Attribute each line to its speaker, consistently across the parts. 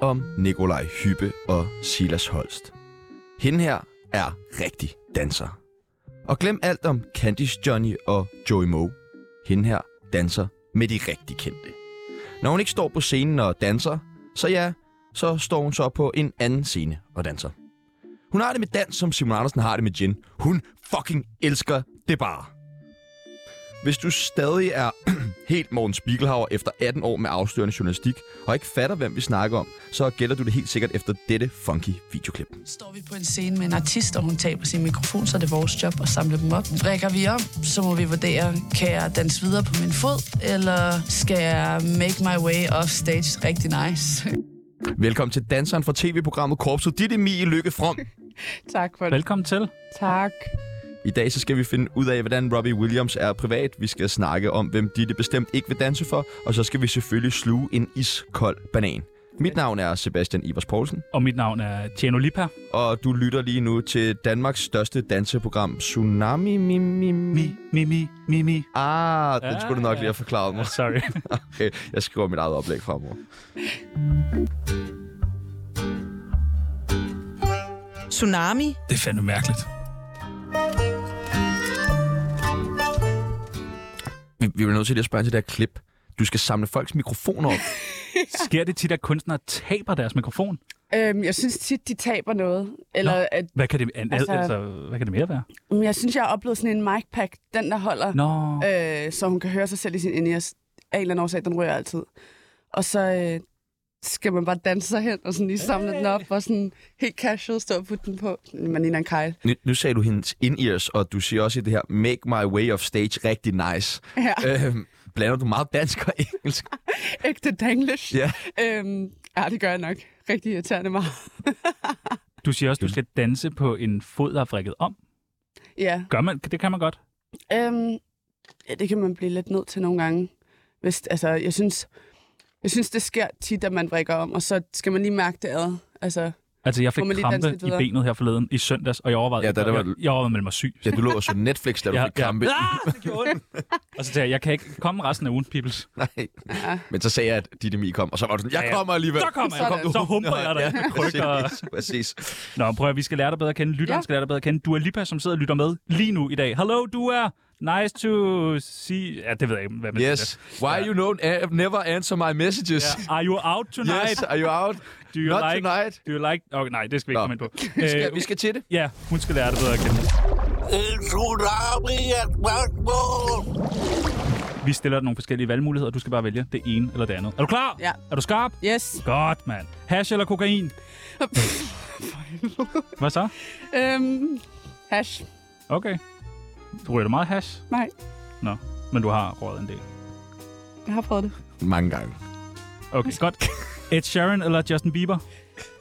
Speaker 1: om Nikolaj Hyppe og Silas Holst. Hende her er rigtig danser. Og glem alt om Candice Johnny og Joey Moe. Hende her danser med de rigtig kendte. Når hun ikke står på scenen og danser, så ja, så står hun så på en anden scene og danser. Hun har det med dans, som Simon Andersen har det med gin. Hun fucking elsker det bare. Hvis du stadig er helt Morten Spiegelhauer efter 18 år med afstørende journalistik, og ikke fatter, hvem vi snakker om, så gætter du det helt sikkert efter dette funky videoklip.
Speaker 2: Står vi på en scene med en artist, og hun taber sin mikrofon, så er det vores job at samle dem op. Rækker vi om, så må vi vurdere, kan jeg danse videre på min fod, eller skal jeg make my way off stage rigtig nice?
Speaker 1: Velkommen til danseren fra tv-programmet Korpset. Dit Emil Lykke From.
Speaker 3: Tak for det.
Speaker 4: Velkommen til.
Speaker 3: Tak.
Speaker 1: I dag så skal vi finde ud af, hvordan Robbie Williams er privat. Vi skal snakke om, hvem Ditte bestemt ikke vil danse for. Og så skal vi selvfølgelig sluge en iskold banan. Mit navn er Sebastian Ivers Poulsen,
Speaker 4: Og mit navn er Tjeno Lipa.
Speaker 1: og du lytter lige nu til Danmarks største danseprogram, Tsunami Mimi. Mi,
Speaker 4: Mi,
Speaker 1: mi.
Speaker 4: mi, mi, mi, mi.
Speaker 1: Ah, den skulle du nok
Speaker 4: Ah.
Speaker 1: lige have forklaret
Speaker 4: Oh,
Speaker 1: mig.
Speaker 4: sorry.
Speaker 1: Okay, jeg skriver mit eget oplæg fremover.
Speaker 5: Tsunami.
Speaker 4: det er fandme mærkeligt.
Speaker 1: Vi, vi bliver nødt til lige at spørge til det her klip. Du skal samle folks mikrofoner op.
Speaker 4: Sker det tit, at kunstnere taber deres mikrofon?
Speaker 3: Øhm, jeg synes tit, de taber noget. Eller
Speaker 4: Nå.
Speaker 3: at,
Speaker 4: Hvad kan det, an, altså,
Speaker 3: Altså-
Speaker 4: altså, hvad kan det mere være?
Speaker 3: mm, jeg synes, jeg har oplevet sådan en mic pack, den der holder,
Speaker 4: Nå,
Speaker 3: øh, så hun kan høre sig selv i sin in-ears. Af en eller anden årsag, den rører altid. Og så øh, skal man bare danse sig hen og sådan lige samle den op og sådan helt casual stå og putte den på. Man ligner en kejl.
Speaker 1: Nu, nu sagde du hendes in-ears, og du siger også i det her, make my way off stage rigtig nice.
Speaker 3: Ja,
Speaker 1: øhm, blander du meget dansk og engelsk?
Speaker 3: ægte danglish.
Speaker 1: Ja.
Speaker 3: Øhm, ja, det gør jeg nok. Rigtig irriterende meget.
Speaker 4: du siger også, at du skal danse på en fod, der er frikket om.
Speaker 3: Ja,
Speaker 4: Gør man, det kan man godt.
Speaker 3: Øhm, ja, det kan man blive lidt nødt til nogle gange. Hvis, altså, jeg synes, jeg synes, det sker tit, at man vrikker om, og så skal man lige mærke det ad. Altså,
Speaker 4: Altså, jeg fik
Speaker 3: Må man lige danse
Speaker 4: krampe
Speaker 3: lidt
Speaker 4: i
Speaker 3: videre?
Speaker 4: benet her forleden i søndags, og jeg overvejede,
Speaker 1: Ja, da det var-
Speaker 4: jeg, jeg overvejede at melde mig syg.
Speaker 1: Ja, du lå og så Netflix, da du
Speaker 4: Ja,
Speaker 1: fik krampe.
Speaker 4: Ah, det gjorde ondt. og så sagde jeg, jeg kan ikke komme resten af ugen, peoples.
Speaker 1: Nej.
Speaker 3: ja.
Speaker 1: Men så sagde jeg, at dit Emil kom, og så var du sådan,
Speaker 4: Ja,
Speaker 1: jeg
Speaker 4: ja.
Speaker 1: kommer alligevel.
Speaker 4: Så kommer jeg,
Speaker 3: Sådan.
Speaker 4: så humper jeg dig.
Speaker 1: Ja,
Speaker 4: Krykker.
Speaker 1: præcis, præcis.
Speaker 4: Nå, prøv at, vi skal lære dig bedre at kende. Lytteren ja.
Speaker 3: Ja.
Speaker 4: skal lære dig bedre at kende. Du er Lipa, som sidder og lytter med lige nu i dag. Hello, du er nice to see... Ja, det ved jeg ikke, hvad man
Speaker 1: Yes. Why you don't a- never answer my messages?
Speaker 4: siger. Ja. Are you out tonight?
Speaker 1: Yes, are you out?
Speaker 4: Do you
Speaker 1: Not
Speaker 4: like...
Speaker 1: tonight.
Speaker 4: Do you like... Okay, nej, det skal vi ikke
Speaker 1: Nå.
Speaker 4: komme ind på.
Speaker 1: Vi skal,
Speaker 4: Øh,
Speaker 1: vi skal til det.
Speaker 4: Ja, hun skal lære dig bedre at
Speaker 6: En
Speaker 4: kende.
Speaker 6: tsunami er et spørgsmål.
Speaker 4: Vi stiller dig nogle forskellige valgmuligheder, og du skal bare vælge det ene eller det andet. Er du klar?
Speaker 3: Ja.
Speaker 4: Er du skarp?
Speaker 3: Yes.
Speaker 4: Godt, mand. Hash eller kokain? Hvad så?
Speaker 3: øhm, hash.
Speaker 4: Okay. Du ryger du meget hash?
Speaker 3: Nej,
Speaker 4: Nå, men du har røget en del.
Speaker 3: jeg har prøvet det.
Speaker 1: Mange gange.
Speaker 4: Okay, godt. Ed Sheeran eller Justin Bieber?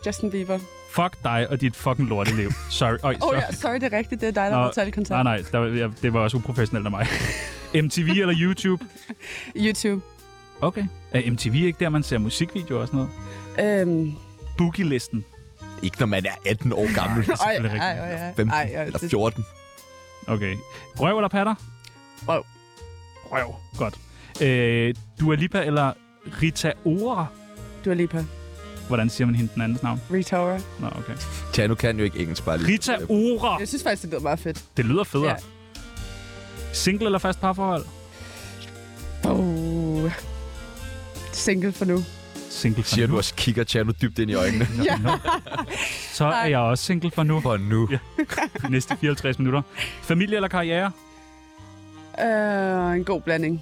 Speaker 3: Justin Bieber.
Speaker 4: Fuck dig og dit fucking lorteliv. Sorry. Øj,
Speaker 3: Åh oh,
Speaker 4: sorry.
Speaker 3: ja, sorry, det er rigtigt. Det er dig, der
Speaker 4: Nå,
Speaker 3: har talt
Speaker 4: Nej,
Speaker 3: kontakt.
Speaker 4: nej, der, var- jeg, det var også uprofessionelt af mig. MTV eller YouTube?
Speaker 3: YouTube.
Speaker 4: Okay. Er MTV ikke der, man ser musikvideoer og sådan noget?
Speaker 3: Øhm,
Speaker 4: Boogie-listen.
Speaker 1: Ikke når man er 18 år gammel.
Speaker 3: ej,
Speaker 4: selvfølgelig
Speaker 3: ej,
Speaker 4: rigtigt.
Speaker 3: ej, ej.
Speaker 1: 15
Speaker 3: Ej, ej,
Speaker 1: eller
Speaker 3: det-
Speaker 1: 14.
Speaker 4: Okay. Røv eller patter?
Speaker 3: Røv.
Speaker 4: Røv. Godt. Øh, Dua Lipa eller Rita Ora?
Speaker 3: Du er lige på.
Speaker 4: Hvordan siger man hende den andens navn?
Speaker 3: Retora.
Speaker 4: Nå, okay.
Speaker 1: Tjano kan jo ikke engelsk bare lige.
Speaker 4: Rita
Speaker 1: Ah.
Speaker 4: Ora!
Speaker 3: Jeg synes faktisk, det lyder meget fedt.
Speaker 4: Det lyder federe. Single eller fast parforhold?
Speaker 3: Oh. Single for nu.
Speaker 4: Single for
Speaker 1: Øh, Siger
Speaker 4: nu.
Speaker 1: du også kigger Tjano dybt ind i øjnene.
Speaker 3: Ja.
Speaker 4: Så er jeg også single for nu.
Speaker 1: For nu.
Speaker 4: Ja. De næste 54 minutter. Familie eller karriere?
Speaker 3: Øh, en god blanding.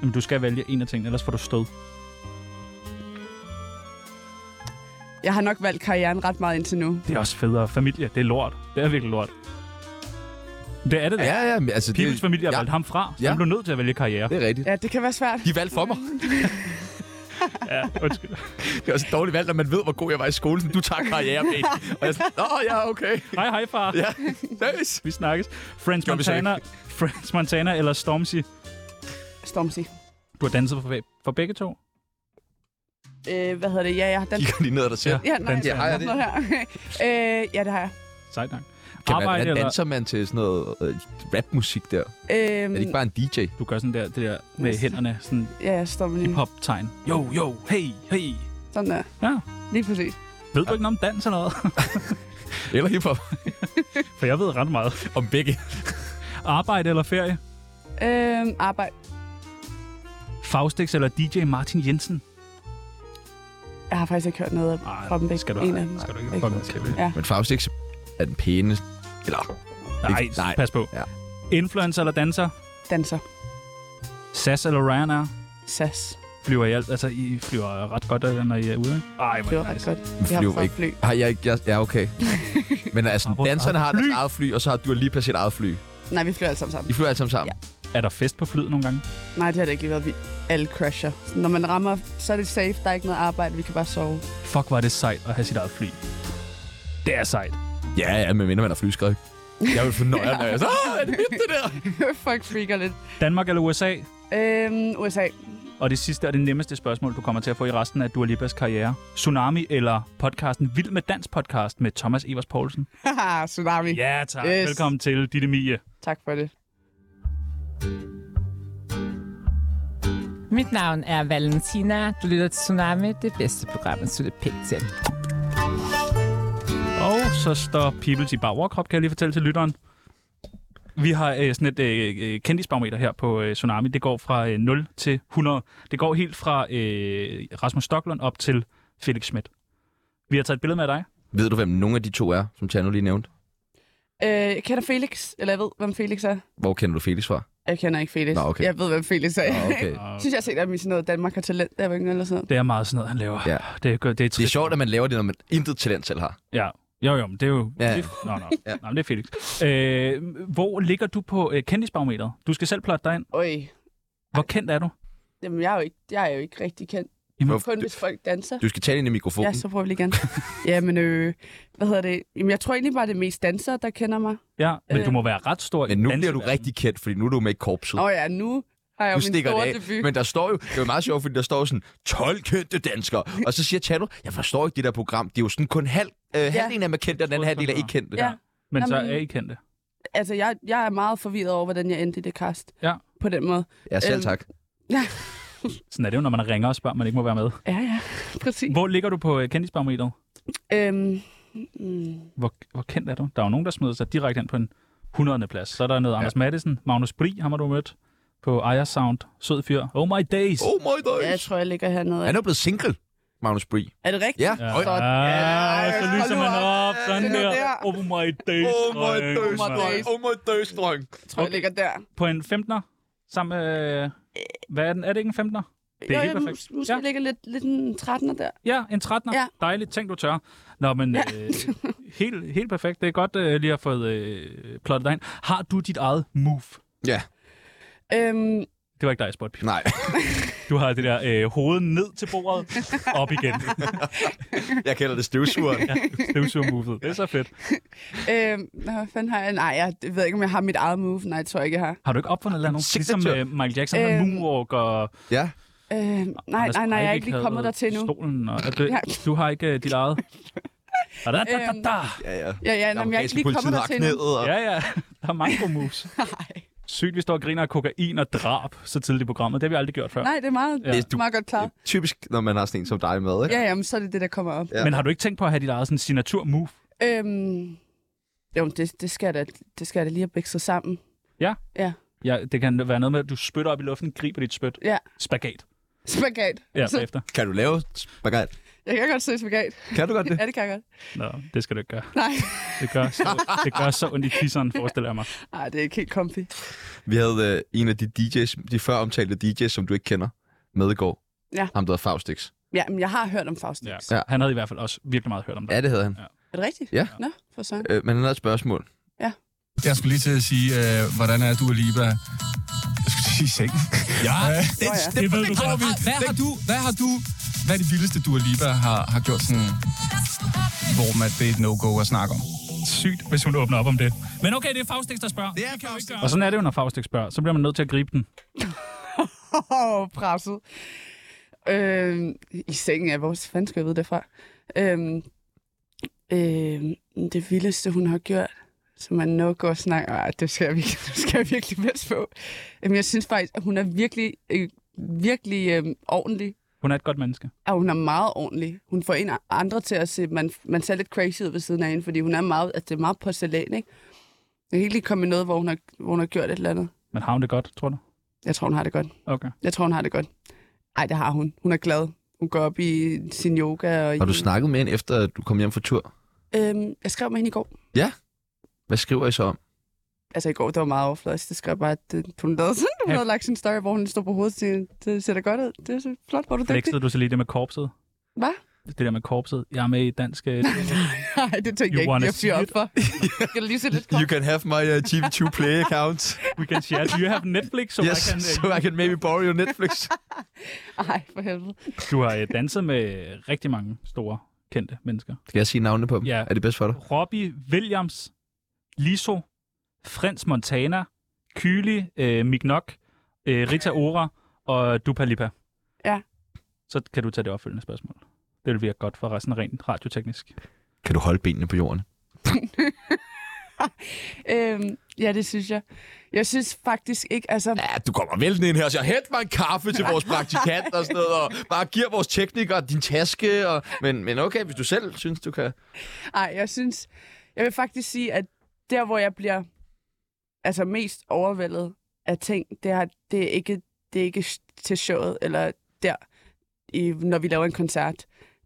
Speaker 4: Jamen, du skal vælge en af tingene, ellers får du stød.
Speaker 3: Jeg har nok valgt karrieren ret meget indtil nu.
Speaker 4: Det er også federe. Familie, det er lort. Det er virkelig lort. Det er det da. Ja,
Speaker 1: Ja, ja, men altså
Speaker 4: Peoples
Speaker 1: det,
Speaker 4: familie har
Speaker 1: ja.
Speaker 4: ja. valgt ham fra, så
Speaker 1: Ja.
Speaker 4: ja. han blev nødt til at vælge karriere.
Speaker 1: det er rigtigt.
Speaker 3: Ja, det kan være svært.
Speaker 1: De valgte for mig.
Speaker 4: Ja, undskyld.
Speaker 1: Det er også et dårligt valg, når man ved, hvor god jeg var i skolen. Sådan, Du tager karriere med. Og jeg er sådan, åh ja, okay.
Speaker 4: hej, hej, far. Ja.
Speaker 1: Ja, seriøs.
Speaker 4: Vi snakkes. Friends
Speaker 1: Gjorde vi så
Speaker 4: Montana, Friends Montana eller Stormzy.
Speaker 3: Stormzy.
Speaker 4: Du har danset for, for begge to.
Speaker 3: Øh, hvad hedder det? Ja, jeg har den.
Speaker 1: Kigger lige ned ad dig selv.
Speaker 3: Ja, nej,
Speaker 4: den-
Speaker 3: jeg
Speaker 1: har jeg
Speaker 3: sådan noget her. øh, ja, det har jeg.
Speaker 4: Sejt nok.
Speaker 1: Kan man,
Speaker 4: Arbejde
Speaker 1: hvordan
Speaker 4: eller...
Speaker 1: danser man til sådan noget øh, rapmusik der? Mm.
Speaker 3: Øhm,
Speaker 1: Er det ikke bare en DJ?
Speaker 4: Du gør sådan der, det der med hænderne, sådan
Speaker 3: Ja, jeg står med lige.
Speaker 4: hip-hop-tegn. Jo, jo, hey, hey.
Speaker 3: Sådan der.
Speaker 4: Ja.
Speaker 3: Lige præcis.
Speaker 4: Ved du ikke noget om dans eller noget?
Speaker 1: Eller hiphop.
Speaker 4: For jeg ved ret meget.
Speaker 1: Om begge.
Speaker 4: Arbejde eller ferie?
Speaker 3: Øhm, arbejde.
Speaker 4: Faustix eller DJ Martin Jensen?
Speaker 3: Jeg har faktisk ikke hørt noget
Speaker 4: Ej,
Speaker 3: fra dem begge.
Speaker 4: skal du,
Speaker 3: en af dem.
Speaker 4: skal du
Speaker 3: Ikke
Speaker 4: ikke komme til.
Speaker 3: Ja.
Speaker 1: Men Faustix er den pæne. Eller,
Speaker 4: Nej,
Speaker 1: Ikke- nej.
Speaker 4: pas på.
Speaker 1: Ja.
Speaker 4: Influencer eller danser?
Speaker 3: Danser.
Speaker 4: SAS eller Ryanair?
Speaker 3: SAS.
Speaker 4: Flyver I alt? Altså, I flyver ret godt, øh, når I er ude, ikke? Ej,
Speaker 3: Det var
Speaker 4: hvor er det
Speaker 3: ret
Speaker 4: nice.
Speaker 3: godt.
Speaker 1: Vi
Speaker 3: Jeg har
Speaker 1: flyver
Speaker 3: prøvet
Speaker 1: ikke.
Speaker 3: fly.
Speaker 1: har jeg ikke... Jeg, ja, okay. Men altså,
Speaker 4: Apropos
Speaker 1: danserne har deres
Speaker 4: fly.
Speaker 1: eget fly, og så har du lige placeret eget fly.
Speaker 3: Nej, vi flyver alle sammen sammen.
Speaker 1: I flyver alle sammen sammen.
Speaker 4: Er der fest på flyet nogle gange?
Speaker 3: Nej, det har det ikke lige været. Vi alle crasher. Når man rammer, så er det safe. Der er ikke noget arbejde. Vi kan bare sove.
Speaker 4: Fuck, var det sejt at have sit eget fly. Det er sejt.
Speaker 1: Ja, ja, men mindre man er flyskræk. Jeg vil fornøje, når jeg så... "Åh, er det mit, det der?
Speaker 3: Fuck, freaker lidt.
Speaker 4: Danmark eller USA?
Speaker 3: Øhm, USA.
Speaker 4: Og det sidste og det nemmeste spørgsmål, du kommer til at få i resten af Dua Lipas karriere. Tsunami eller podcasten Vild med Dans podcast med Thomas Evers Poulsen?
Speaker 3: Haha, tsunami.
Speaker 4: Ja, tak.
Speaker 3: Yes.
Speaker 4: Velkommen til, Ditte Mie.
Speaker 3: Tak for det.
Speaker 7: Mit navn er Valentina. Du lytter til Tsunami, det bedste program, at slutte pænt til.
Speaker 4: Og så står Peoples i bar overkrop, kan jeg lige fortælle til lytteren. Vi har øh, sådan et øh, øh, kendisbarometer her på øh, Tsunami. Det går fra øh, 0 til 100. Det går helt fra øh, Rasmus Stocklund op til Felix Schmidt. Vi har taget et billede med af dig.
Speaker 1: Ved du, hvem nogen af de to er, som Tjerno lige nævnte?
Speaker 3: Øh, jeg kender Felix, eller jeg ved, hvem Felix er.
Speaker 1: Hvor kender du Felix fra?
Speaker 3: Jeg kender ikke Felix.
Speaker 1: Nå, okay.
Speaker 3: Jeg ved, hvem Felix er.
Speaker 1: Nå, okay.
Speaker 3: Jeg synes, jeg har set ham i sådan noget Danmark har talent, der var yngre eller sådan noget.
Speaker 4: Det er meget sådan noget, han laver.
Speaker 1: Ja.
Speaker 4: Det, er, det, er
Speaker 1: Det er
Speaker 4: trist.
Speaker 1: sjovt, at man laver det, når man intet talent selv har.
Speaker 4: Ja. Jo, jo, men det er jo...
Speaker 1: Ja.
Speaker 4: Det, nå, nå.
Speaker 1: Ja.
Speaker 4: ja. nå, men det er Felix. Øh, hvor ligger du på øh, kendisbarometeret? Du skal selv plotte dig ind.
Speaker 3: Øj,
Speaker 4: Hvor kendt er du?
Speaker 3: jamen jeg er jo ikke, jeg er jo ikke rigtig kendt.
Speaker 4: Jamen,
Speaker 1: Hvorfor-
Speaker 3: Kun hvis folk danser.
Speaker 1: Du skal tale ind i
Speaker 3: Ja,
Speaker 1: mikrofonen.
Speaker 3: så prøver vi lige igen. Jamen, øh, hvad hedder det? Jamen, jeg tror egentlig bare, det er mest dansere, der kender mig.
Speaker 4: Ja, men
Speaker 3: Øh.
Speaker 4: du må være ret stor. i
Speaker 1: Men nu bliver du
Speaker 4: danseverdenen.
Speaker 1: rigtig kendt, fordi nu er du med i korpset.
Speaker 3: Åh oh, ja, nu har jeg jo
Speaker 1: du
Speaker 3: min
Speaker 1: stikker det
Speaker 3: store
Speaker 1: af.
Speaker 3: debut.
Speaker 1: Men der står jo, det er jo meget sjovt, fordi der står sådan, 12 kendte danskere. Og så siger Tjano, jeg forstår ikke det der program. Det er jo sådan kun halv, øh, halvdelen af mig kendte, og den anden halvdel er ikke kendte.
Speaker 3: Ja.
Speaker 4: Men så
Speaker 3: Jamen-
Speaker 4: er I kendte.
Speaker 3: Altså, jeg, jeg er meget forvirret over, hvordan jeg endte i det kast.
Speaker 4: Ja.
Speaker 3: På den måde.
Speaker 1: ja selv
Speaker 3: Øhm.
Speaker 1: tak.
Speaker 4: Sådan er det jo, når man ringer og spørger, man ikke må være med.
Speaker 3: Ja, ja, præcis.
Speaker 4: Hvor ligger du på øh, kendisbarometeret?
Speaker 3: Øhm, mm,
Speaker 4: Hvor, hvor kendt er du? Der er jo nogen, der smider sig direkte ind på en 100. plads. Så er der noget Anders Madsen, Magnus Bri, ham har du mødt på Aya Sound, sød fyr. Oh my days!
Speaker 1: Oh my
Speaker 3: ja, jeg
Speaker 1: days.
Speaker 3: tror, jeg ligger hernede.
Speaker 1: Han er jo blevet single, Magnus Brie.
Speaker 3: Er det rigtigt?
Speaker 1: Ja.
Speaker 4: Ja,
Speaker 1: Øj.
Speaker 4: ja, så lyser man op, sådan
Speaker 3: den er
Speaker 4: der.
Speaker 3: der.
Speaker 4: Oh my days,
Speaker 1: Oh my
Speaker 4: dreng,
Speaker 1: days,
Speaker 4: mand.
Speaker 1: dreng. Oh my days, dreng.
Speaker 3: Jeg tror, okay. jeg ligger der.
Speaker 4: På en 15'er, sammen med... øh, Hvad er den? Er det ikke en 15'er? Det er
Speaker 3: jo,
Speaker 4: helt
Speaker 3: jeg
Speaker 4: perfekt.
Speaker 3: mus- måske
Speaker 4: Ja.
Speaker 3: ja. ligger lidt, lidt en 13'er der.
Speaker 4: Ja, en 13'er.
Speaker 3: Ja.
Speaker 4: Dejligt, tænk du tør. Nå, men ja. øh, helt, helt perfekt. Det er godt øh, lige at få øh, plottet dig ind. Har du dit eget move?
Speaker 1: Ja,
Speaker 3: Øhm,
Speaker 4: Det var ikke dig, Spot.
Speaker 1: nej.
Speaker 4: Du har det der øh, hoved ned til bordet, op igen.
Speaker 1: Jeg kalder det støvsugeren.
Speaker 4: Støvsugermovet. Det er så fedt.
Speaker 3: øhm, nå, hvad fanden har jeg? Nej, jeg ved ikke, om jeg har mit eget move. Nej, jeg tror ikke, jeg har.
Speaker 4: Har du ikke opfundet noget? Ligesom
Speaker 1: Signature.
Speaker 4: øh, Michael Jackson havde
Speaker 3: Øhm,
Speaker 4: moonwalk og...
Speaker 1: Ja,
Speaker 3: Øhm, nej,
Speaker 4: Anders
Speaker 3: nej, nej, jeg er
Speaker 4: Breivik
Speaker 3: ikke lige
Speaker 4: havde
Speaker 3: kommet der til endnu.
Speaker 4: Stolen og, og det,
Speaker 3: Ja.
Speaker 4: Du har ikke øh, dit eget... Da, da, da, da,
Speaker 3: Øhm,
Speaker 4: da.
Speaker 1: ja, ja.
Speaker 3: Ja, ja, nej, men jeg er ikke lige kommet der til endnu.
Speaker 1: knæet, og...
Speaker 4: Ja, ja. Der er mange gode moves. Sygt, vi står og griner af kokain og drab så tidligt i programmet. Det har vi aldrig gjort før.
Speaker 3: Nej, det er meget,
Speaker 4: Ja.
Speaker 3: ja. det er meget godt klaret.
Speaker 1: Typisk, når man har sådan en som dig med, ikke?
Speaker 3: Ja, jamen, så er det det, der kommer op.
Speaker 1: Ja.
Speaker 4: Men har du ikke tænkt på at have dit eget sådan, signatur-move?
Speaker 3: Øhm, jo, men det, det, skal jeg da, det skal jeg da lige have bækset sammen.
Speaker 4: Ja, det kan være noget med, at du spytter op i luften, griber dit spyt.
Speaker 3: Ja.
Speaker 4: Spagat.
Speaker 3: Spagat.
Speaker 4: Ja,
Speaker 3: Så-
Speaker 4: bagefter.
Speaker 1: Kan du lave spagat?
Speaker 3: Jeg kan godt se spagat.
Speaker 1: Kan du godt det?
Speaker 3: Ja, det kan jeg godt.
Speaker 4: Nå, det skal du ikke gøre.
Speaker 3: Nej,
Speaker 4: Det gør så, det gør så ondt i tisseren, forestiller jeg mig.
Speaker 3: Ej, det er ikke helt comfy.
Speaker 1: Vi havde øh, en af de DJ's, de før omtalte DJ's, som du ikke kender, med i går.
Speaker 3: Ja.
Speaker 1: Ham, der hedder Faustix.
Speaker 3: Ja, men jeg har hørt om Faustix.
Speaker 4: Ja.
Speaker 3: Ja.
Speaker 4: ja. Han havde i hvert fald også virkelig meget hørt om dig.
Speaker 1: Ja, det hedder han.
Speaker 3: Er det rigtigt?
Speaker 1: Ja.
Speaker 3: Nå, for sådan.
Speaker 1: Øh, men han havde et spørgsmål.
Speaker 8: Jeg skulle lige til at sige, øh, hvordan er du og Liba? Jeg skulle til at sige sengen. Ja,
Speaker 3: Nå
Speaker 8: det,
Speaker 3: ja.
Speaker 8: det, det, det kommer vi. Hvad har du, hvad har du, hvad er det vildeste, du og Liba har, har gjort sådan, Mm. hvor man, det er et no-go at snakke om?
Speaker 4: sygt, hvis hun åbner op om det. Men okay, det er Faustix, der spørger.
Speaker 8: Det er Faustix.
Speaker 4: Og sådan er det jo, når Faustix spørger. Så bliver man nødt til at gribe den.
Speaker 3: Åh, oh, presset. Øhm, I sengen, ja, hvor fanden skal jeg vide det fra? Øhm, øhm, det vildeste, hun har gjort, som man nu går og snakker, Ej, det skal jeg virkelig, det skal jeg virkelig passe på. Jamen, jeg synes faktisk, at hun er virkelig, øh, virkelig øhm, ordentlig
Speaker 4: Hun er et godt menneske.
Speaker 3: at hun er meget ordentlig. Hun får en andre til at se, man, man ser lidt crazy ud ved siden af hende, fordi hun er meget, altså, det er meget porcelæn, ikke? Jeg kan ikke lige komme med noget, hvor hun, har, hvor hun har gjort et eller andet.
Speaker 4: Men har hun det godt, tror du?
Speaker 3: Jeg tror, hun har det godt.
Speaker 4: Okay.
Speaker 3: Jeg tror, hun har det godt. Ej, det har hun. Hun er glad. Hun går op i sin yoga. Og i,
Speaker 1: Har du snakket med hende, efter at du kom hjem fra tur?
Speaker 3: Øhm, jeg skrev med hende i går.
Speaker 1: Hvad skriver I så om?
Speaker 3: Altså i går, det var meget overfladisk. Det skrev jeg bare, at øh, hun lavede sådan, hun
Speaker 4: Ja.
Speaker 3: havde lagt sin story, hvor hun stod på hovedet og siger, det ser da godt ud. Det er så flot, hvor er du dygtig.
Speaker 4: Flexede du så lige det med korpset?
Speaker 3: Hvad?
Speaker 4: Det der med korpset. Jeg er med i et dansk... øh,
Speaker 3: Nej, det tænkte
Speaker 4: You
Speaker 3: jeg ikke,
Speaker 4: wanna
Speaker 3: jeg fyrer
Speaker 4: see
Speaker 3: op
Speaker 4: it?
Speaker 3: for. Jeg kan lige se lidt kom.
Speaker 1: can have my uh, TV2 Play account.
Speaker 4: We can share. Do you have Netflix? So I can, øh,
Speaker 1: I can maybe borrow your Netflix.
Speaker 3: Ej, for helvede.
Speaker 4: Du har øh, danset med rigtig mange store kendte mennesker.
Speaker 1: Skal jeg sige navnene på dem?
Speaker 4: Ja.
Speaker 1: Er det bedst for dig?
Speaker 4: Robbie Williams, Liso, Frans Montana, Kylie, øh, Mick Nock, øh, Rita Ora og Dupa Lipa.
Speaker 3: Ja.
Speaker 4: Så kan du tage det opfølgende spørgsmål. Det vil virke godt for resten rent radioteknisk.
Speaker 1: Kan du holde benene på jorden?
Speaker 3: Øhm, ja, det synes jeg. Jeg synes faktisk ikke, altså...
Speaker 1: Ja, du kommer væltende ind her, så jeg henter mig en kaffe til vores praktikant og sådan noget, og bare giver vores teknikere din taske. Og... Men, men okay, hvis du selv synes, du kan...
Speaker 3: Ej, jeg synes... Jeg vil faktisk sige, at der, hvor jeg bliver altså mest overvældet af ting, det er, det er ikke, det er ikke sh- til showet, eller der, i, når vi laver en koncert.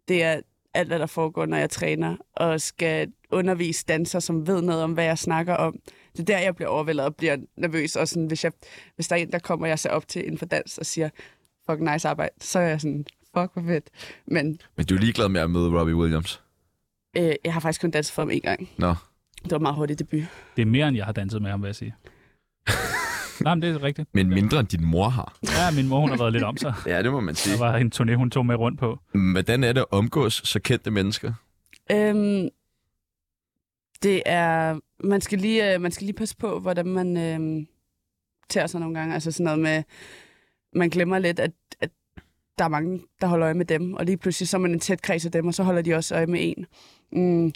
Speaker 3: Det er alt, hvad der foregår, når jeg træner, og skal undervise danser, som ved noget om, hvad jeg snakker om. Det er der, jeg bliver overvældet og bliver nervøs. Og sådan, hvis, jeg, hvis der er en, der kommer, jeg ser op til inden for dans og siger, fuck nice arbejde, så er jeg sådan, fuck hvor fedt. Men
Speaker 1: Men du er ligeglad med at møde Robbie Williams.
Speaker 3: øh, jeg har faktisk kun danset for ham en gang.
Speaker 1: Nå.
Speaker 3: Det var en meget hurtig debut.
Speaker 4: Det er mere, end jeg har danset med ham, vil jeg sige. Nej, men det er rigtigt.
Speaker 1: Men mindre end din mor har.
Speaker 4: Ja, min mor hun har været lidt om sig.
Speaker 1: Ja, det må man sige.
Speaker 4: Der var en turné, hun tog med rundt på.
Speaker 1: Hvordan er det at omgås så kendte mennesker?
Speaker 3: Øhm, det er... Man skal, lige, øh, man skal lige passe på, hvordan man øh, tager sig nogle gange. Altså sådan noget med... Man glemmer lidt, at, at der er mange, der holder øje med dem. Og lige pludselig så er man en tæt kreds af dem, og så holder de også øje med en. Mm,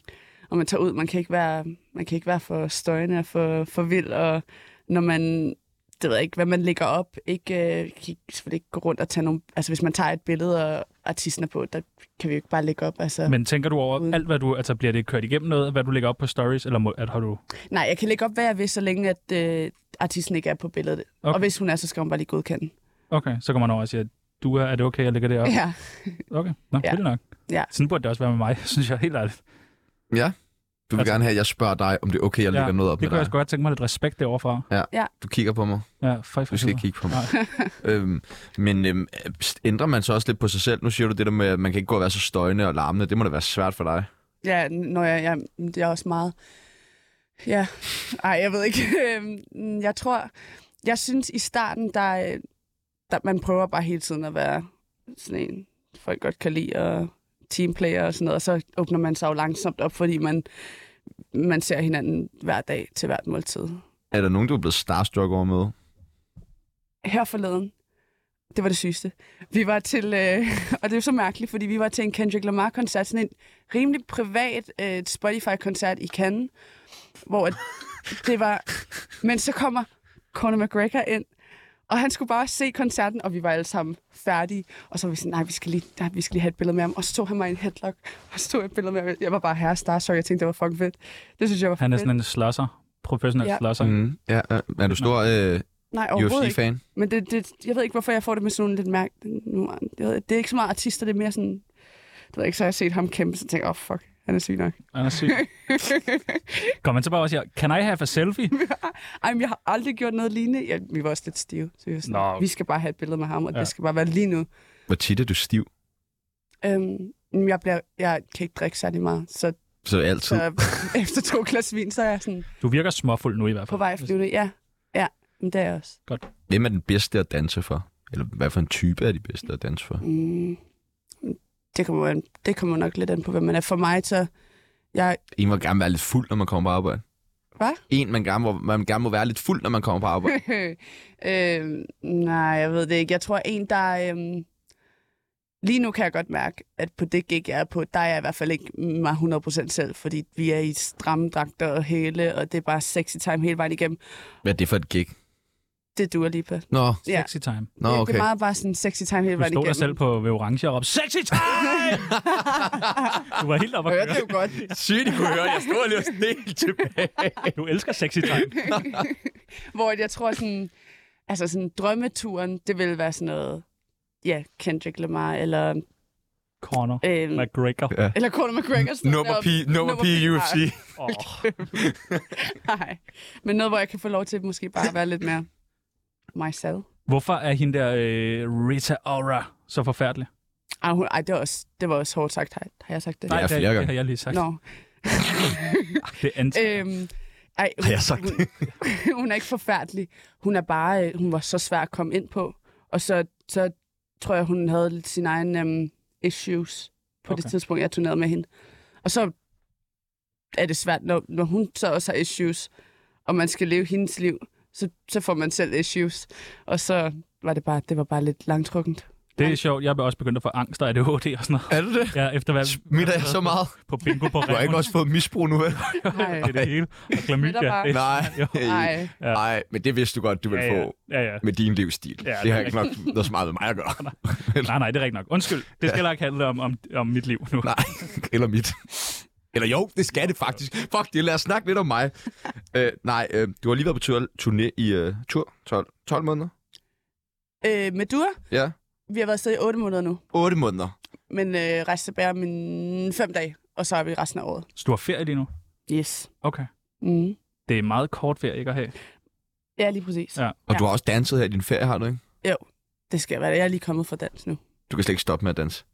Speaker 3: og man tager ud. Man kan ikke være, man kan ikke være for støjende og for, for vild. Og når man det ved jeg ikke, hvad man lægger op. Ikke, øh, kan ikke- selvfølgelig ikke gå rundt og tage nogle... Altså, hvis man tager et billede, og artisten er på, der kan vi jo ikke bare lægge op. Altså.
Speaker 4: Men tænker du over
Speaker 3: Uden.
Speaker 4: alt, hvad du... Altså, bliver det kørt igennem noget, hvad du lægger op på stories, eller må, at har du...
Speaker 3: Nej, jeg kan lægge op, hvad jeg vil, så længe at øh, artisten ikke er på billedet. Okay.
Speaker 4: Okay.
Speaker 3: Og hvis hun er, så skal hun bare lige godkende.
Speaker 4: Okay, så kommer man over og siger, du er, er det okay, jeg lægger det op?
Speaker 3: Ja.
Speaker 4: Okay, nå,
Speaker 3: Ja.
Speaker 4: ja. nok.
Speaker 3: Ja.
Speaker 4: Sådan burde det også være med mig, synes jeg helt ærligt.
Speaker 1: Du vil
Speaker 4: Altså-
Speaker 1: gerne have, at jeg spørger dig, om det er okay, jeg lægger noget op
Speaker 4: det
Speaker 1: med
Speaker 4: kunne jeg
Speaker 1: dig.
Speaker 4: også godt tænke mig lidt respekt derovre fra.
Speaker 1: Du kigger på mig.
Speaker 4: Ja, for, for
Speaker 1: Du skal ikke kigge på mig.
Speaker 4: Nej.
Speaker 1: øhm, men øhm, ændrer man så også lidt på sig selv? Nu siger du det der med, at man kan ikke gå og være så støjende og larmende. Det må da være svært for dig.
Speaker 3: Ja, når jeg, jeg, det er også meget... Ja, ej, jeg ved ikke. Øhm, jeg tror, jeg synes i starten, der, øh, der man prøver bare hele tiden at være sådan en, folk godt kan lide, og teamplayer og sådan noget, og så åbner man sig jo langsomt op, fordi man, man ser hinanden hver dag til hvert måltid.
Speaker 1: Er der nogen, du er blevet starstruck over med?
Speaker 3: her forleden, det var det sygeste. Vi var til, øh, og det er jo så mærkeligt, fordi vi var til en Kendrick Lamar-koncert, sådan en rimelig privat øh, Spotify-koncert i Cannes, hvor at det var... Men så kommer Conor McGregor ind, og han skulle bare se koncerten, og vi var alle sammen færdige. Og så var vi sådan, nej, vi skal lige, nej, vi skal lige have et billede med ham. Og så tog han mig i en headlock, og så tog jeg et billede med ham. Jeg var bare herre star, så jeg tænkte, det var fucking fedt. Det synes jeg var
Speaker 4: Han er
Speaker 3: fedt.
Speaker 4: sådan en slåsser, professionel
Speaker 3: Ja.
Speaker 4: ja. slåsser. Mm.
Speaker 1: Mm. Ja, øh, er du stor øh,
Speaker 3: Nej, overhovedet ikke.
Speaker 1: UFC-fan?
Speaker 3: Men det, det, jeg ved ikke, hvorfor jeg får det med sådan nogle lidt mærke. nu- Jeg ved, det er ikke så meget artister, det er mere sådan... Det ved jeg ikke, så har jeg set ham kæmpe, så tænker jeg, åh, oh, fuck, han er syg nok.
Speaker 4: Han er syg. Kom man så bare og siger, can I have a selfie?
Speaker 3: Ej, men jeg har aldrig gjort noget lignende. Ja, vi var også lidt stive, så vi, var sådan,
Speaker 4: Nå, okay.
Speaker 3: vi skal bare have et billede med ham, og ja.
Speaker 4: Ja.
Speaker 3: det skal bare være lige nu.
Speaker 1: Hvor tit er du stiv?
Speaker 3: Øhm, men jeg, bliver, jeg kan ikke drikke særlig meget, så,
Speaker 1: Så altid.
Speaker 3: så efter to glas vin, så er jeg sådan
Speaker 4: Du virker småfuld nu i hvert fald.
Speaker 3: på vej efter det. Ja, ja, men det er jeg også.
Speaker 1: Hvem er den bedste at danse for? Eller hvad for en type er de bedste at danse for?
Speaker 3: Mm. Det, kommer, an- det kommer nok lidt an på, hvad man er. For mig, så... Jeg,
Speaker 1: En, hvor gerne være lidt fuld, når man kommer på arbejde.
Speaker 3: Hvad?
Speaker 1: En, man gerne, må, man gerne må være lidt fuld, når man kommer på arbejde.
Speaker 3: øh, nej, jeg ved det ikke. Jeg tror en, der... Øh, lige nu kan jeg godt mærke, at på det gig, jeg er på, der er jeg i hvert fald ikke mig 100% selv, fordi vi er i stramme dragter og hele, og det er bare sexy time hele vejen igennem.
Speaker 1: Hvad er det for et gig?
Speaker 3: Det er Dua Lipa.
Speaker 1: Nå,
Speaker 3: Ja.
Speaker 4: Sexy time.
Speaker 1: nå
Speaker 3: Ja, Det
Speaker 1: okay.
Speaker 3: er meget bare sådan sexy time hele
Speaker 4: Du
Speaker 3: vejen
Speaker 4: stod
Speaker 3: igennem.
Speaker 4: dig selv på ved orange og råbte, Sexy time! du var helt oppe at
Speaker 3: Hørte det jo
Speaker 4: køre.
Speaker 3: godt.
Speaker 1: Sygt, I kunne høre, jeg stod lige og sned tilbage.
Speaker 4: Du elsker sexy time.
Speaker 3: Hvor jeg tror sådan... Altså sådan drømmeturen, det ville være sådan noget... Ja, Kendrick Lamar, eller...
Speaker 4: Connor.
Speaker 3: Øh,
Speaker 4: McGregor.
Speaker 3: eller Conor McGregor. sådan
Speaker 1: Nummer
Speaker 3: der-
Speaker 1: pi, nummer pi
Speaker 3: nej,
Speaker 1: UFC.
Speaker 4: Oh,
Speaker 3: Nej, men noget, hvor jeg kan få lov til måske bare at være lidt mere myself.
Speaker 4: hvorfor er hende der øh, Rita Ora så forfærdelig?
Speaker 3: Ej, hun, ej det, var også, det var også hårdt sagt, har, har jeg sagt det?
Speaker 1: Ja,
Speaker 4: det,
Speaker 1: flere
Speaker 4: det
Speaker 1: gange.
Speaker 4: har jeg lige sagt.
Speaker 3: Nå,
Speaker 4: Det er antager. jeg.
Speaker 3: øhm, ej, hun,
Speaker 1: Har jeg sagt det?
Speaker 3: hun, hun er ikke forfærdelig. Hun er bare, øh, hun var så svær at komme ind på. Og så, så tror jeg, hun havde lidt sine egne øhm, issues på okay.
Speaker 4: Okay.
Speaker 3: det tidspunkt, jeg turnerede med hende. Og så er det svært, når, når hun så også har issues, og man skal leve hendes liv, så, så får man selv issues. Og så var det bare, det var bare lidt langtrukkent.
Speaker 4: Det er sjovt. Jeg er også begyndt at få angst og ADHD og sådan noget.
Speaker 1: Er du det?
Speaker 4: Ja, efter hvad
Speaker 1: Smitter jeg så meget?
Speaker 4: på bingo på
Speaker 1: Du har ikke
Speaker 4: Reven.
Speaker 1: også fået misbrug nu, vel?
Speaker 3: Nej.
Speaker 4: Det er det hele. Og klamydia.
Speaker 3: Smitter bare.
Speaker 4: Det er-
Speaker 1: Nej.
Speaker 4: Jo.
Speaker 3: Nej.
Speaker 1: Nej, men det vidste du godt, du ville
Speaker 4: Ja, ja.
Speaker 1: få
Speaker 4: ja, ja.
Speaker 1: med din livsstil.
Speaker 4: Ja,
Speaker 1: det har
Speaker 4: det
Speaker 1: ikke
Speaker 4: er
Speaker 1: nok noget så meget med mig at gøre.
Speaker 4: Nej, nej, det er rigtigt nok. Undskyld. Det skal heller ikke handle om, om, om mit liv nu.
Speaker 1: Nej, eller mit. Eller jo, det skal det faktisk. Fuck det, lad os snakke lidt om mig. Øh, nej, øh, du har lige været på tur, turné i øh, tur 12, 12 måneder.
Speaker 3: Øh, med Dua,
Speaker 1: Ja,
Speaker 3: vi har været afsted i 8 måneder nu,
Speaker 1: 8 måneder.
Speaker 3: men øh, rejste tilbage om en fem dage, og så er vi resten af året.
Speaker 4: Så du har ferie lige nu?
Speaker 3: Yes.
Speaker 4: Okay.
Speaker 3: Mm.
Speaker 4: Det er meget kort ferie ikke at have.
Speaker 3: Ja, lige præcis.
Speaker 4: Ja.
Speaker 3: Ja.
Speaker 1: Og ja. du har også danset her i din ferie, har du ikke?
Speaker 3: Det skal jeg være. Jeg er lige kommet fra dans nu.
Speaker 1: Du kan slet ikke stoppe med at danse.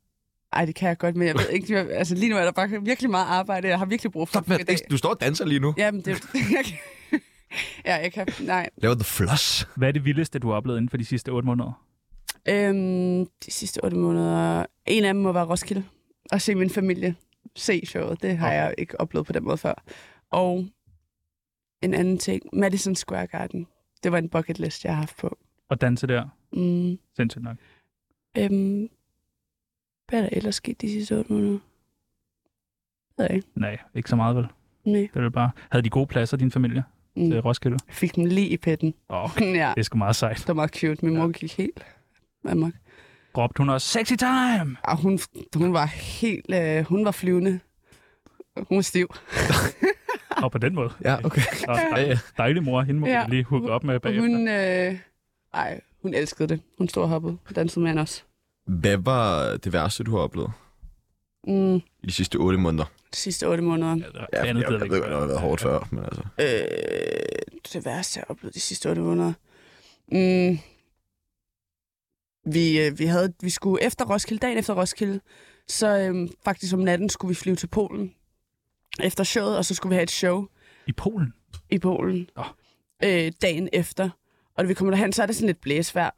Speaker 3: Ej, det kan jeg godt, men jeg ved ikke, jeg, altså lige nu er der bare virkelig meget arbejde, jeg har virkelig brug for
Speaker 1: Stop med
Speaker 3: i
Speaker 1: at
Speaker 3: dag.
Speaker 1: danse. Du står og danser lige nu.
Speaker 3: Jamen, det jeg kan, Ja, jeg kan, nej.
Speaker 1: Laver The Floss.
Speaker 4: Hvad er det vildeste, du har oplevet inden for de sidste 8 måneder?
Speaker 3: Øhm, de sidste 8 måneder, en af dem må være Roskilde, og se min familie se showet. Det har
Speaker 4: Okay.
Speaker 3: jeg ikke oplevet på den måde før. Og en anden ting, Madison Square Garden. Det var en bucket list, jeg har haft på.
Speaker 4: Og danse der?
Speaker 3: Mm.
Speaker 4: Sindssygt nok.
Speaker 3: Øhm, hvad er der ellers sket de sidste 8 måneder? Ved jeg ikke.
Speaker 4: Nej, ikke så meget vel.
Speaker 3: Nej.
Speaker 4: Det er vel bare... Havde de gode pladser, din familie, til
Speaker 3: Mm.
Speaker 4: Roskilde?
Speaker 3: Jeg Fik dem lige i petten.
Speaker 4: Åh, okay.
Speaker 3: ja,
Speaker 4: Det er sgu meget sejt.
Speaker 3: det var meget cute. Min mor gik helt amok.
Speaker 4: Råbte hun også, sexy time!
Speaker 3: Og hun, hun var helt... Øh, hun var flyvende. Hun var stiv.
Speaker 4: Og på den måde.
Speaker 1: Ja, okay.
Speaker 4: Og
Speaker 1: Ja,
Speaker 4: dej, dejlig mor, hende må ja.
Speaker 3: Ja.
Speaker 4: vi lige hooke op med
Speaker 3: Og
Speaker 4: bagefter.
Speaker 3: hun... Øh, ej, hun elskede det. Hun stod og hoppede og dansede med hende også.
Speaker 1: Hvad var det værste, du har oplevet
Speaker 3: Mm,
Speaker 1: i de sidste 8 måneder?
Speaker 3: de sidste 8 måneder.
Speaker 4: Ja, det andet
Speaker 1: jeg, jeg,
Speaker 4: ved jeg
Speaker 1: jeg
Speaker 4: ikke.
Speaker 1: ved godt, det har været hårdt før, men altså...
Speaker 3: Øh, det værste, jeg har oplevet de sidste 8 måneder. Mm. Vi, øh, vi, havde, vi skulle efter Roskilde, dagen efter Roskilde, så øh, faktisk om natten skulle vi flyve til Polen efter showet, og så skulle vi have et show
Speaker 4: I Polen?
Speaker 3: i Polen
Speaker 4: Nå.
Speaker 3: øh, dagen efter. Og da vi kommer derhen, så er det sådan lidt blæsvejr.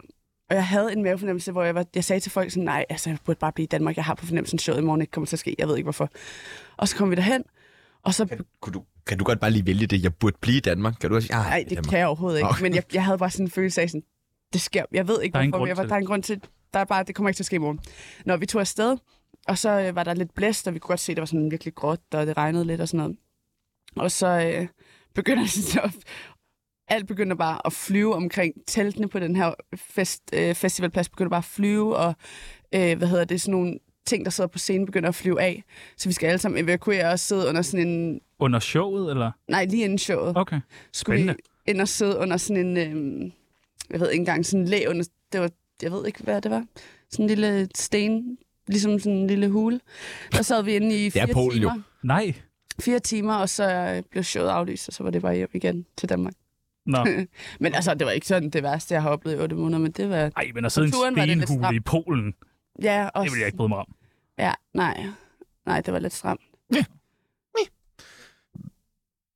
Speaker 3: Og jeg havde en mavefornemmelse, hvor jeg, var, jeg sagde til folk sådan, nej, altså jeg burde bare blive i Danmark, jeg har på fornemmelsen, showet i morgen ikke kommer til at ske, jeg ved ikke hvorfor. Og så kom vi derhen, og så
Speaker 1: Kunne du, kan du godt bare lige vælge det? Jeg burde blive i Danmark. Kan du også sige,
Speaker 3: Nej, det kan jeg overhovedet ikke.
Speaker 1: Okay.
Speaker 3: Okay. Men jeg, jeg havde bare sådan en følelse af, sådan, det sker. Jeg ved ikke,
Speaker 4: Der er ingen
Speaker 3: hvorfor, men
Speaker 4: grund
Speaker 3: jeg var,
Speaker 4: til
Speaker 3: der er en grund til, der er bare, det kommer ikke til at ske i morgen. Når vi tog afsted, og så øh, var der lidt blæst, og vi kunne godt se, at det var sådan virkelig gråt, og det regnede lidt og sådan noget. Og så øh, begynder det så at, alt begynder bare at flyve omkring teltene på den her fest, øh, festivalplads, begynder bare at flyve, og øh, hvad hedder det, sådan nogle ting, der sidder på scenen, begynder at flyve af. Så vi skal alle sammen evakuere og sidde under sådan en...
Speaker 4: Under showet, eller?
Speaker 3: Nej, lige inden showet
Speaker 4: Okay.
Speaker 3: skulle
Speaker 4: Spændende.
Speaker 3: vi ind og sidde under sådan en, øh, jeg ved ikke engang, sådan en læ under, det var, jeg ved ikke, hvad det var, sådan en lille sten, ligesom sådan en lille hule. Der sad vi inde i
Speaker 1: er
Speaker 3: fire
Speaker 1: Polen jo.
Speaker 3: timer,
Speaker 4: Nej.
Speaker 3: fire timer, og så øh, blev showet aflyst, og så var det bare hjem igen til Danmark.
Speaker 4: Nå.
Speaker 3: Men altså, det var ikke sådan det værste, jeg har oplevet i otte måneder, men det var,
Speaker 4: Ej, men at sidde i en
Speaker 3: turen var det lidt
Speaker 4: stenhule i Polen,
Speaker 3: ja, også,
Speaker 4: det ville jeg ikke bryde mig om.
Speaker 3: Ja, nej, nej, det var lidt stramt.